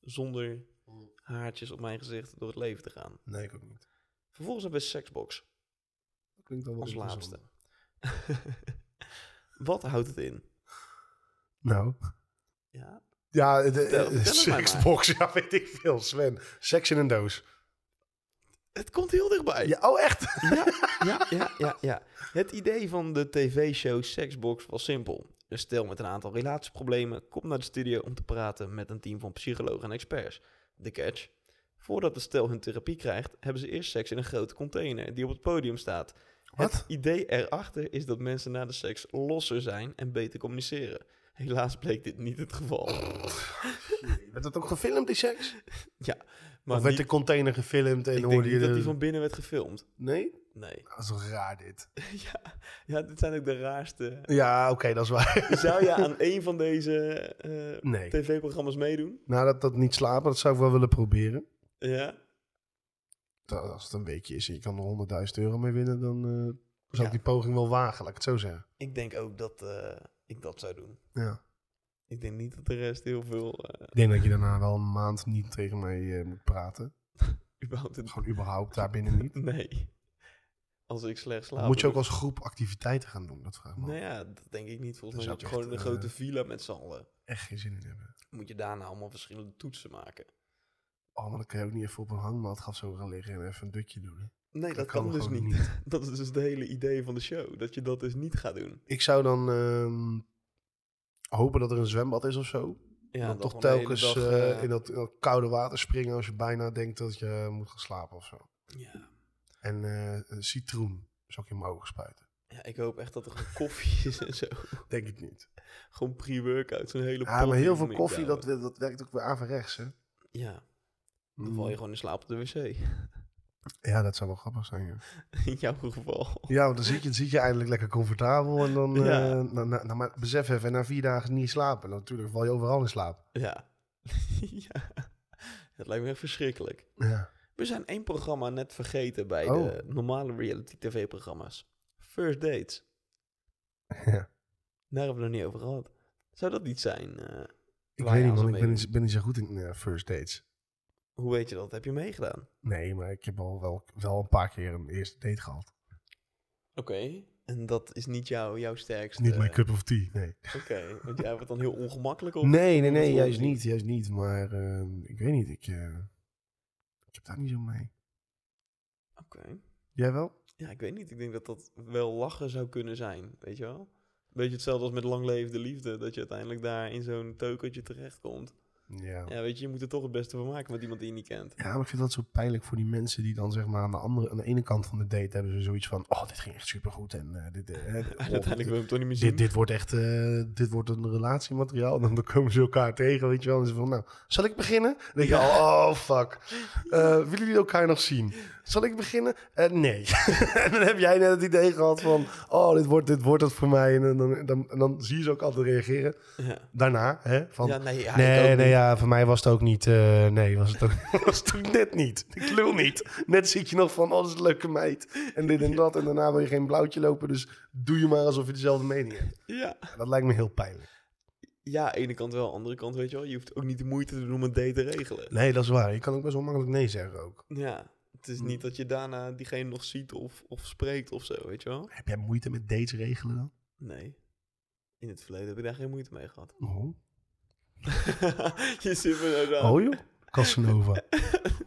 zonder haartjes op mijn gezicht door het leven te gaan. Nee, ik ook niet. Vervolgens hebben we Sexbox Dat klinkt dan wel als Oh, interessant. laatste. *laughs* Wat houdt het in? Nou, Ja, ja, eh, de, Vertel- vertel het mij maar. seksbox, ja, weet ik veel. Sven, seks in een doos. het komt heel dichtbij. Ja, oh, echt? Ja, ja, ja, ja, ja. Het idee van de tv-show Sexbox was simpel. Een stel met een aantal relatieproblemen komt naar de studio om te praten met een team van psychologen en experts. De catch. Voordat het stel hun therapie krijgt, hebben ze eerst seks in een grote container die op het podium staat. Het Wat? idee erachter is dat mensen na de seks losser zijn en beter communiceren. Helaas bleek dit niet het geval. Werd dat ook gefilmd, die seks? Maar of werd niet- de container gefilmd en ik denk hoorde niet je... dat de- die van binnen werd gefilmd. Nee? Nee. *laughs* Dat is toch raar, dit? ja, ja, dit zijn ook de raarste Ja, oké, dat is waar. Zou je *laughs* aan een van deze eh, Nee. tv-programma's meedoen? Nou, dat, dat niet slapen, dat zou ik wel willen proberen. Ja. Dat, als het een weekje is en je kan er 100.000 euro mee winnen, dan eh, zou Ja. ik die poging wel wagen, laat ik het zo zeggen. Ik denk ook dat eh, ik dat zou doen. Ja. Ik denk niet dat de rest heel veel eh Ik denk dat je daarna wel een maand niet tegen mij eh, moet praten. überhaupt... het- Gewoon überhaupt daarbinnen niet. Nee. Als ik slecht slaap... Dan moet je ook dan- als groep activiteiten gaan doen, dat vraag ik me Nou af. ja, dat denk ik niet. Volgens Dan mij zou moet je ik gewoon in een echt, grote eh, villa met z'n allen. Echt geen zin in hebben. Moet je daarna allemaal verschillende toetsen maken. Oh, maar dan kan je ook niet even op een hangmat gaan zo gaan liggen en even een dutje doen. hè. Nee, dat, kan, dus gewoon niet. Dat is dus het hele idee van de show. Dat je dat dus niet gaat doen. Ik zou dan ehm, hopen dat er een zwembad is of zo. Ja, dan dat toch gewoon de hele telkens dag, eh, eh, in, dat, in dat koude water springen als je bijna denkt dat je eh, moet gaan slapen of zo. ja. En eh, een citroen zou ik in mijn ogen spuiten. ja, ik hoop echt dat er gewoon koffie is en zo. Denk ik niet. Gewoon pre-workout, zo'n hele Ja, maar pot heel in veel je koffie, dat, mik dat werkt ook weer averechts, hè? Mm. douwen. Ja, dan val je gewoon in slaap op de wc. *laughs* Ja, dat zou wel grappig zijn, ja. in jouw geval. Ja, want dan zit je, dan zit je eindelijk lekker comfortabel en dan... eh, Ja. na- na- na- maar besef even, na vier dagen niet slapen, dan natuurlijk val je overal in slaap. Ja. *laughs* ja. Het lijkt me echt verschrikkelijk. Ja. We zijn één programma net vergeten bij Oh. de normale reality tv-programma's. First Dates. *laughs* Ja. Daar hebben we het nog niet over gehad. Zou dat niet zijn? eh, Ik weet niet, waar je aan man. zou Ik ben meedoen? niet, ben niet zo goed in eh, first dates. Hoe weet je dat? Heb je meegedaan? Nee, maar ik heb al wel, wel een paar keer een eerste date gehad. Oké. En dat is niet jouw jouw sterkste... Niet mijn cup of tea, nee. Oké, want jij wordt dan heel ongemakkelijk op. Nee, nee, dat nee, hoort juist niet. niet. Juist niet, maar ehm, ik weet niet. Ik, eh, ik heb daar niet zo mee. Oké. Jij wel? Ja, ik weet niet. Ik denk dat dat wel lachen zou kunnen zijn, weet je wel? Beetje hetzelfde als met lang leven de liefde. Dat je uiteindelijk daar in zo'n teukertje terechtkomt. Ja. ja. Ja, weet je, je moet er toch het beste van maken met iemand die je niet kent. *laughs* maar ik vind dat zo pijnlijk voor die mensen die dan zeg maar aan de, andere, aan de ene kant van de date hebben ze zoiets van... Oh, dit ging echt supergoed en eh, dit, *laughs* eh, eh, En oh, uiteindelijk wil je hem toch niet meer zien. dit, dit wordt echt eh, dit wordt een relatiemateriaal. En dan komen ze elkaar tegen, weet je wel. En ze van, nou, zal ik beginnen? Dan denk je, al, oh, fuck. Eh, willen jullie elkaar nog zien? Zal ik beginnen? Eh, nee. *laughs* en dan heb jij net het idee gehad van, oh, dit wordt, dit wordt het voor mij. En dan, dan, en dan zie je ze ook altijd reageren. Ja. Daarna, hè, van... Ja, nee, ja, ik Nee, nee, ook niet. ja, voor mij was het ook niet. eh, nee, was het ook, *laughs* was het ook net niet. Ik lul niet. Net zit je nog van, oh, dat is een leuke meid. En dit en dat. En daarna wil je geen blauwtje lopen. Dus doe je maar alsof je dezelfde mening hebt. Ja. Dat lijkt me heel pijnlijk. ja, ene kant wel. Andere kant, weet je wel. Je hoeft ook niet de moeite te doen om een date te regelen. Nee, dat is waar. Je kan ook best wel makkelijk nee zeggen ook. Ja. Het is Mm. niet dat je daarna diegene nog ziet of, of spreekt of zo, weet je wel? Heb jij moeite met dates regelen dan? Nee. In het verleden heb ik daar geen moeite mee gehad. *laughs* Oh, je zit me zo aan. oh joh. *laughs* Casanova.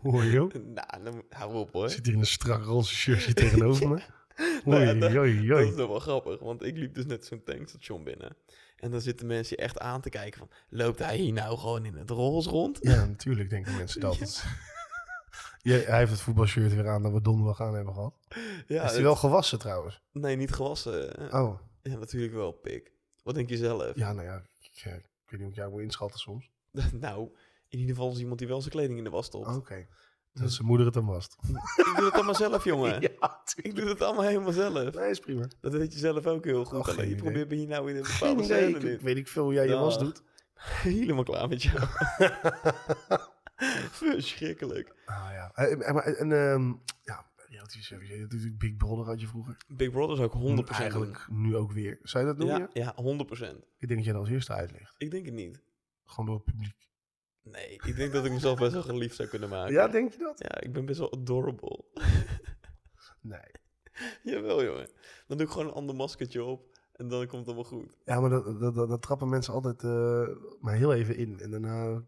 Hoor joh. Nou, dan hou op hoor. Zit hier in een strak roze shirtje tegenover me. Nou ja, Oei, dat- oei, Dat is oei. nog wel grappig, want ik liep dus net zo'n tankstation binnen. En dan zitten mensen je echt aan te kijken van... Loopt hij hier nou gewoon in het roze rond? *laughs* Ja, natuurlijk denken mensen dat. Ja, hij heeft het voetbalshirt weer aan dat we donderdag aan hebben gehad. Ja, is hij het- wel gewassen trouwens? Nee, niet gewassen. Eh, Oh, Ja, natuurlijk wel, pik. Wat denk je zelf? ja, nou ja. Ik, eh, ik weet niet hoe ik jou moet inschatten soms. *laughs* nou, in ieder geval is iemand die wel zijn kleding in de was stopt. Oké. Dat zijn moeder het dan was. Ik doe het allemaal zelf, *laughs* jongen. Ja, Ik doe het allemaal helemaal zelf. Nee, is prima. Dat weet je zelf ook heel goed. Oh, geen Alleen je idee. probeert me hier nou in een Geen bepaalde idee. scène Ik, ik in. weet niet veel hoe jij je was Dag. doet. *laughs* Helemaal klaar *laughs* met jou. Verschrikkelijk. Ah ja. En, en, en ehm, ja, reality service. Dat is natuurlijk Big Brother had je vroeger. Big Brother zou ik 100% Eigenlijk nu ook weer. Zou je dat doen. doen? ja? Ja, ja, 100%. Ik denk dat jij dat als eerste uitlegt. Ik denk het niet. Gewoon door het publiek. Nee, ik denk dat ik mezelf best wel geliefd zou kunnen maken. Ja, denk je dat? Ja, ik ben best wel adorable. *laughs* Nee. Jawel, jongen. Dan doe ik gewoon een ander maskertje op en dan komt het allemaal goed. Ja, maar dat, dat, dat, dat trappen mensen altijd eh, maar heel even in. En daarna...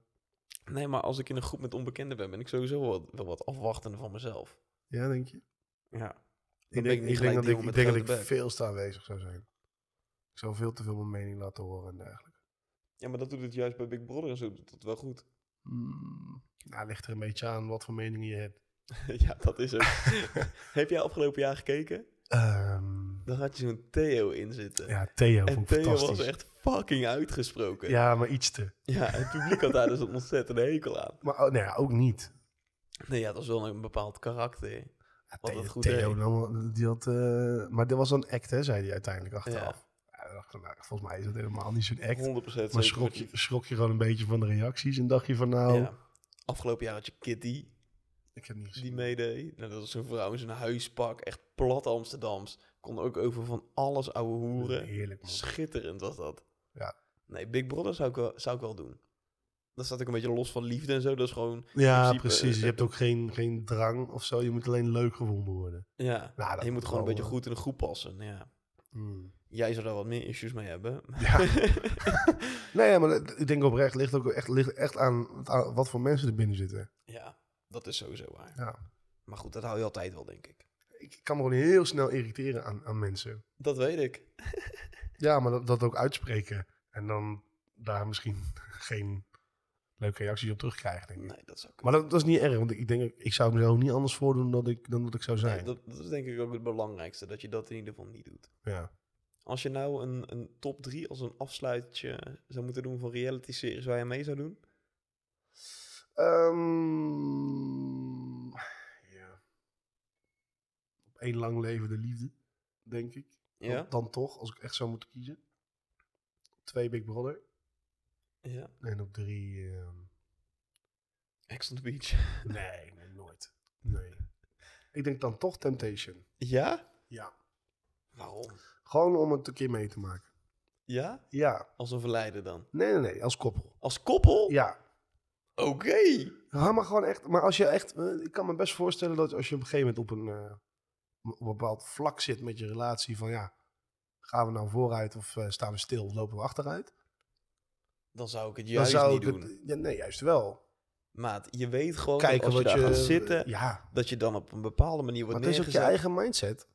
Nee, maar als ik in een groep met onbekenden ben, ben ik sowieso wel wat, wel wat afwachtende van mezelf. Ja, denk je? Ja. ben Ik ik denk, niet ik gelijk denk dat die ik, jongen ik, denk met dat grote ik bek. veel te aanwezig zou zijn. Ik zou veel te veel mijn mening laten horen en dergelijke. Ja, maar dat doet het juist bij Big Brother en zo doet dat wel goed. *laughs* Hmm. Nou, ligt er een beetje aan wat voor meningen je *laughs* hebt. ja, dat *laughs* is het. Heb jij afgelopen jaar gekeken? Ehm, Dan had je zo'n Theo in zitten. ja, Theo en vond ik Theo was fantastisch. echt fucking uitgesproken. Ja, maar iets te. Ja, het publiek had daar dus een ontzettende hekel aan. Maar oh, nee, ja, ook niet. Nee, ja, dat is wel een bepaald karakter. Ja, Wat Theo, dat goed Theo deed. nam- die had... eh, maar dat was een act, hè, zei hij uiteindelijk achteraf. Ja, 100% Ja. dan dacht ik, nou, volgens mij is dat helemaal niet zo'n act. zeker. Maar schrok je, schrok je gewoon een beetje van de reacties en dacht je van nou... Ja. Afgelopen jaar had je Kitty, Ik heb niet die meedeed. Nou, dat was zo'n vrouw in zijn huispak. Echt plat Amsterdams. Kon ook over van alles ouwe hoeren. Heerlijk man. Schitterend was dat. Ja. Nee, Big Brother zou ik wel, zou ik wel doen. Dan staat ik een beetje los van liefde en zo. Dat is gewoon, Ja, principe, precies. eh, Je hebt ook geen, geen drang of zo. Je moet alleen leuk gevonden worden. ja. Nou, dat je moet moet hmm. gewoon een wel, beetje eh, goed in de groep passen. Ja. *laughs* Jij zou daar wat meer issues mee hebben. *laughs* Ja. *laughs* Nee, ja, maar dat- ik denk oprecht ligt ook echt, ligt echt aan, aan wat voor mensen er binnen zitten. ja, dat is sowieso waar. Ja. Maar goed, dat hou je altijd wel, denk ik. Ik kan me gewoon heel snel irriteren aan, aan mensen. Dat weet ik. Ja, maar dat, dat ook uitspreken. En dan daar misschien *laughs* geen leuke reacties op terugkrijgen, denk ik. Nee, dat zou kunnen. Maar dat, dat is niet erg, want ik, ik denk, ik zou mezelf niet anders voordoen dan, ik, dan dat ik zou zijn. Nee, dat, dat is denk ik ook het belangrijkste, dat je dat in ieder geval niet doet. Ja. Als je nou een, een top 3 als een afsluitje zou moeten doen van reality-series waar je mee zou doen, Ehm, ja. Op één lang levende liefde, denk ik. Dan- ja? Dan, toch, als ik echt zou moeten kiezen. Op twee Big Brother. Ja. En op drie... ehm, Ex on the Beach. *laughs* nee, nee, nooit. Nee. Ik denk dan toch Temptation. Ja? Ja. Waarom? Gewoon om het een keer mee te maken. Ja? Ja. Als een verleider dan. Nee, nee, nee. Als koppel. Als koppel? Ja. Oké. Ja, maar gewoon echt... Maar als je echt... eh, Ik kan me best voorstellen dat als je op een gegeven moment op een, eh, op een bepaald vlak zit met je relatie van ja... Gaan we nou vooruit of eh, staan we stil of lopen we achteruit? Dan zou ik het juist niet ik doen. het- ja, nee, juist wel. Maat, je weet gewoon dat Kijken als je wat daar je... gaat zitten, Ja, dat je dan op een bepaalde manier wordt Maar het is ook neergezet. je eigen mindset.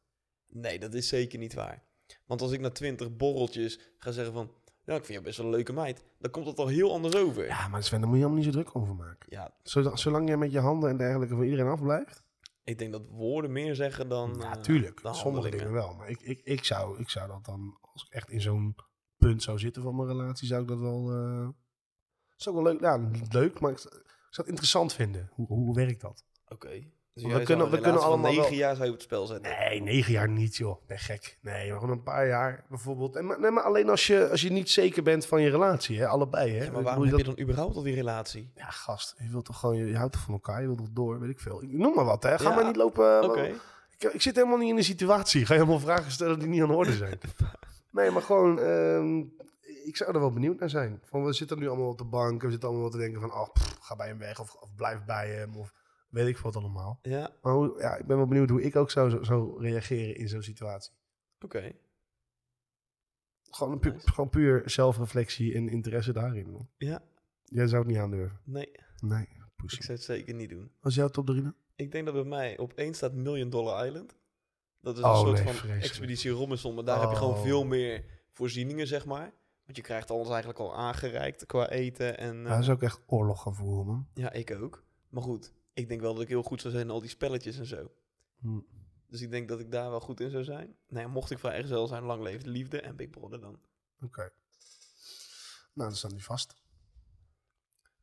Nee, dat is zeker niet waar. Want als ik na twintig borreltjes ga zeggen van... Ja, ik vind jou best wel een leuke meid. Dan komt dat al heel anders over. Ja, maar Sven, daar moet je helemaal niet zo druk over maken. ja Zolang, zolang je met je handen en dergelijke van iedereen afblijft. Ik denk dat woorden meer zeggen dan. Ja, eh, tuurlijk. de Sommige handelingen. dingen wel. Maar ik, ik, ik, zou, ik zou dat dan, als ik echt in zo'n punt zou zitten van mijn relatie, zou ik dat wel... eh is ook wel leuk. Ja, niet leuk, maar ik, z- ik zou het interessant vinden. Hoe, hoe werkt dat? Oké. Dus we we kunnen, kunnen- we we kunnen allemaal Negen wel- jaar zou je op het spel zetten. Nee, negen jaar niet, joh. Nee, gek. Nee, maar gewoon een paar jaar bijvoorbeeld. En, maar, nee, maar alleen als je, als je niet zeker bent van je relatie, hè? Allebei, hè? Ja, maar Ik waarom bedoel, heb je dan überhaupt al die relatie? Ja, gast, je wilt toch gewoon, je, je houdt toch van elkaar, je wilt toch door, weet ik veel. Ik noem maar wat, hè. Ga Ja, maar niet lopen. Oké. Ik, ik zit helemaal niet in een situatie. Ga je helemaal vragen stellen die niet aan de orde *laughs* zijn. nee, maar gewoon, ehm, ik zou er wel benieuwd naar zijn. Van, we zitten nu allemaal op de bank, en we zitten allemaal wel te denken van, oh, pff, ga bij hem weg of, of blijf bij hem of weet ik wat allemaal. Ja, oké. Maar hoe, ja, ik ben wel benieuwd hoe ik ook zou, zou- zou reageren in zo'n situatie. Gewoon, een pu- Nice. gewoon puur zelfreflectie en interesse daarin. man. Ja, Jij zou het niet aandurven. nee, Nee, ik poesie. zou het zeker niet doen. Als jouw top 3 Ik denk dat bij mij op één staat Million Dollar Island. Dat is een Oh, soort nee, van vreselijk. expeditie Robinson, maar daar heb je gewoon Oh. veel meer voorzieningen, zeg maar. Want je krijgt alles eigenlijk al aangereikt qua eten en... eh, Ja, dat is ook echt oorlog gaan voeren, man. Ja, ik ook. Maar goed, Ik denk wel dat ik heel goed zou zijn in al die spelletjes en zo. Hm. Dus ik denk dat ik daar wel goed in zou zijn. Nou ja, mocht ik vrijgezel zijn, lang leven de liefde en Big Brother dan. Oké. Nou, dat staat nu vast.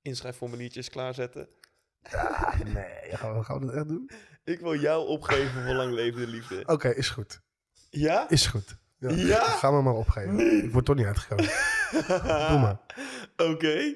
Inschrijfformuliertjes klaarzetten. Nee, gaan we, gaan we dat echt doen? Ik wil jou opgeven voor lang leven de liefde. Oké, is goed. *laughs* Ja? Is goed. Ja? Ja? Ga me maar opgeven. Ik word toch niet uitgekomen. Doe maar. *laughs* Oké.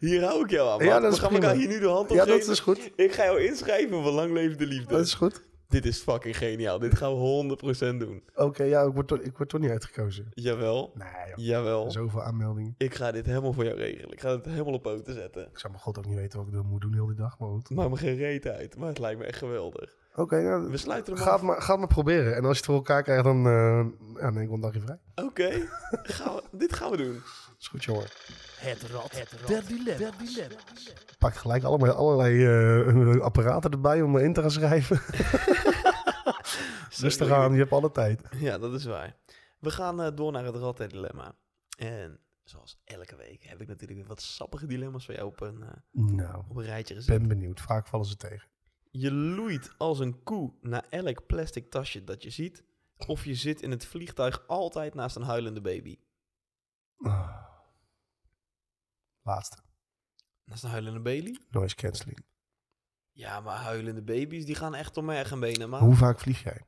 Hier hou ik jou aan. Ja, maat. dat We is gaan prima. elkaar hier nu de hand op Ja, dat geven. is goed. Ik ga jou inschrijven voor lang leven de liefde. Dat is goed. Dit is fucking geniaal. Dit gaan we 100% doen. Oké, ja, ik word, toch, ik word toch niet uitgekozen. Jawel. Nee, joh. Jawel. Zoveel aanmeldingen. Ik ga dit helemaal voor jou regelen. Ik ga het helemaal op poten zetten. Ik zou mijn god ook niet weten wat ik dan moet doen heel die dag, maar goed. Maakt me geen reet uit, maar het lijkt me echt geweldig. Oké, nou, We sluiten hem ga, af. het maar, ga het maar proberen. En als je het voor elkaar krijgt, dan eh ja, neem ik wel een dagje vrij. Oké, gaan we- dit gaan we doen. is goed, jongen. Het rad, het rad der dilemma's. Pak gelijk allemaal, allerlei eh, *laughs* apparaten erbij om in te gaan schrijven. Dus Rustig Sorry. aan, je hebt alle tijd. Ja, dat is waar. We gaan eh, door naar het Rad en Dilemma. En zoals elke week heb ik natuurlijk weer wat sappige dilemma's voor jou op een, eh, Nou, op een rijtje gezet. ben benieuwd. Vaak vallen ze tegen. Je loeit als een koe naar elk plastic tasje dat je ziet. Of je zit in het vliegtuig altijd naast een huilende baby. Ah. Laatste. Naast een huilende baby? Noise cancelling. Ja, maar huilende baby's die gaan echt om merg en benen. Maar Hoe vaak vlieg jij?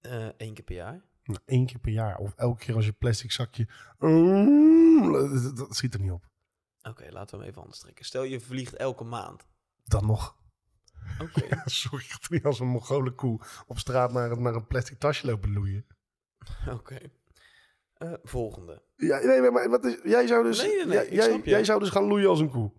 eh, één keer per jaar. Nou, één keer per jaar. Of elke keer als je plastic zakje... Mm, dat- dat schiet er niet op. Oké, laten we hem even anders trekken. Stel je vliegt elke maand. Dan nog. *laughs* Oké. Sorry, ik ga niet als een Mongolen koe op straat naar, een- naar een plastic tasje lopen loeien. Oké. Eh, volgende. Ja, nee, maar wat is, jij zou dus... Nee, nee, nee, jij, ik jij- snap je. jij zou dus gaan loeien als een koe.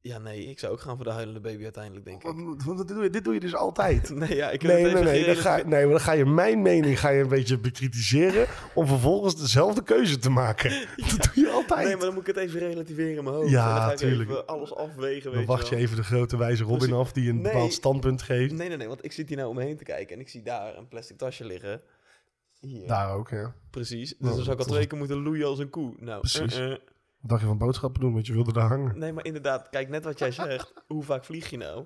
Ja, nee, ik zou ook gaan voor de huilende baby uiteindelijk, denk ik. Want, want dit, doe je, dit doe je dus altijd. *laughs* Nee, ja, ik heb Nee, het nee, even nee, dan ga, gerelativeerd. nee, maar dan ga je mijn mening ga je een beetje bekritiseren om vervolgens dezelfde keuze te *laughs* maken. Dat doe je altijd. Nee, maar dan moet ik het even relativeren in mijn hoofd. Ja, en dan ga ik tuurlijk. even alles afwegen, weet dan wacht je wel. even de grote wijze Robin Precies. af die een Nee. bepaald standpunt geeft. Nee, nee, nee, want ik zit hier nou om me heen te kijken en ik zie daar een plastic tasje liggen. Hier, Daar ook, ja. precies. Dus Nou, dan zou ik al dat twee keer moeten loeien als een koe. Nou, Precies. eh, eh. Wat dacht je van boodschappen doen, want je wilde daar hangen. Nee, maar inderdaad, kijk, net wat jij *laughs* zegt. hoe vaak vlieg je nou?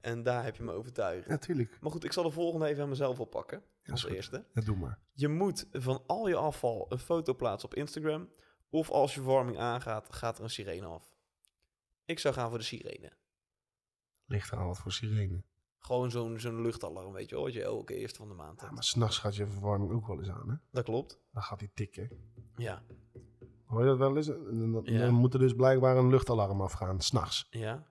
En daar heb je me overtuigd. Natuurlijk. Maar goed, ik zal de volgende even aan mezelf oppakken. is Als goed. eerste. Ja, doe maar. Je moet van al je afval een foto plaatsen op Instagram. Of als je verwarming aangaat, gaat er een sirene af. Ik zou gaan voor de sirene. Ligt aan wat voor sirene. Gewoon zo'n zo'n luchtalarm, weet je wel. Wat je elke eerste van de maand Ja, hebt. maar s'nachts gaat je verwarming ook wel eens aan, hè? Dat klopt. Dan gaat die tikken. Ja, Hoor je dat wel eens? En Dan, dan Ja. moet er dus blijkbaar een luchtalarm afgaan, s'nachts. ja.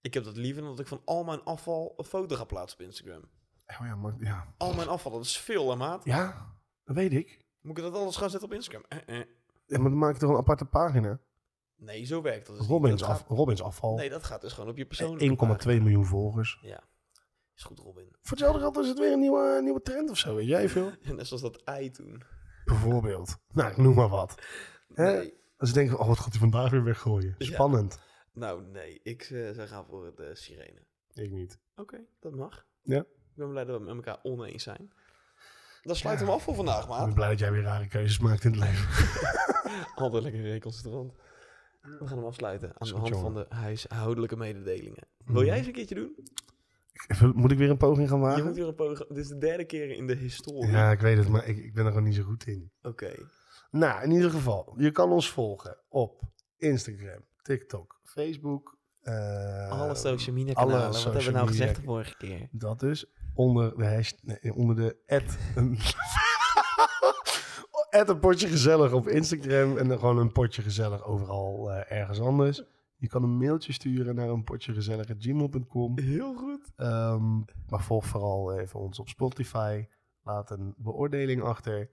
Ik heb dat liever dan dat ik van al mijn afval een foto ga plaatsen op Instagram. Oh ja, maar ja. Al mijn afval, dat is veel, hè, maat. Ja, dat weet ik. Moet ik dat alles gaan zetten op Instagram? Eh, eh. Ja, maar dan maak je toch een aparte pagina? Nee, zo werkt dat dus niet. Robins, Dat af, gaat- Robins afval. Eh, Nee, dat gaat dus gewoon op je persoonlijke 1,2 miljoen volgers. pagina. Ja, is goed, Robin. *laughs* Voor hetzelfde geld is het weer een nieuwe, eh, nieuwe trend of zo, weet jij veel? Net zoals dat ei toen. *laughs* Bijvoorbeeld. Nou, ik noem maar wat. Hè? Nee. Als ze denken, oh, wat gaat hij vandaag weer weggooien? Ja. Spannend. Nou, nee. Ik eh, zou gaan voor de sirene. Ik niet. Oké, dat mag. Ja. Ik ben blij dat we het met elkaar oneens zijn. Dan sluit Ja. hem af voor vandaag, Ik ben maat. blij dat jij weer rare keuzes maakt in het leven. *laughs* Altijd lekker reconcentrant. We gaan hem afsluiten aan Is de goed, hand van jongen. Mhm. de huishoudelijke mededelingen. Wil jij eens een keertje doen? Moet ik weer een poging gaan Je maken? moet weer een poging... Dit is de derde keer in de historie. Ja, ik weet het, maar ik, ik ben er gewoon niet zo goed in. Oké. Nou, in ieder geval, je kan ons volgen op Instagram, TikTok, Facebook. eh, alle social media alle kanalen. Wat social hebben we nou media- gezegd de vorige keer? Dat dus onder de hashtag, nee, onder de ad. *laughs* Ad een potje gezellig op Instagram en dan gewoon een potje gezellig overal eh, ergens anders. Je kan een mailtje sturen naar een potje gmail.com. Heel goed. Ehm, maar volg vooral even ons op Spotify. Laat een beoordeling achter.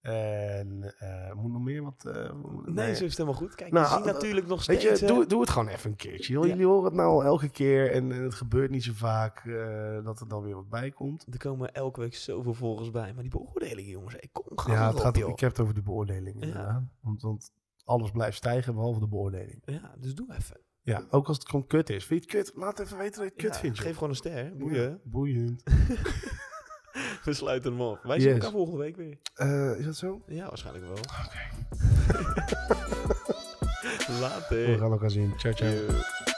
En eh, moet nog meer wat. eh, Nee, zo is het helemaal goed. Kijk, Nou, je ziet eh, natuurlijk nog Weet steeds... je, eh, doe, doe het gewoon even een keertje. joh. Ja. Jullie horen het nou al elke keer en, en het gebeurt niet zo vaak eh, dat er dan weer wat bij komt. Er komen elke week zoveel volgers bij. Maar die beoordelingen, jongens. Ik kom gewoon Ja, ja, het gaat, joh. ik heb het over de beoordeling Ja. inderdaad. Want, want alles blijft stijgen behalve de beoordeling. Ja, dus doe even. Ja, ook als het gewoon kut is. Vind je het kut? Laat even weten dat je het kut Ja, vindt. joh. Geef gewoon een ster. Boeien. *laughs* Ja, boeiend. We sluiten hem af. Wij zien Yes. elkaar volgende week weer. Eh, is dat zo? Ja, waarschijnlijk wel. *laughs* Oké. Later. We gaan elkaar zien. Ciao, ciao. Yo.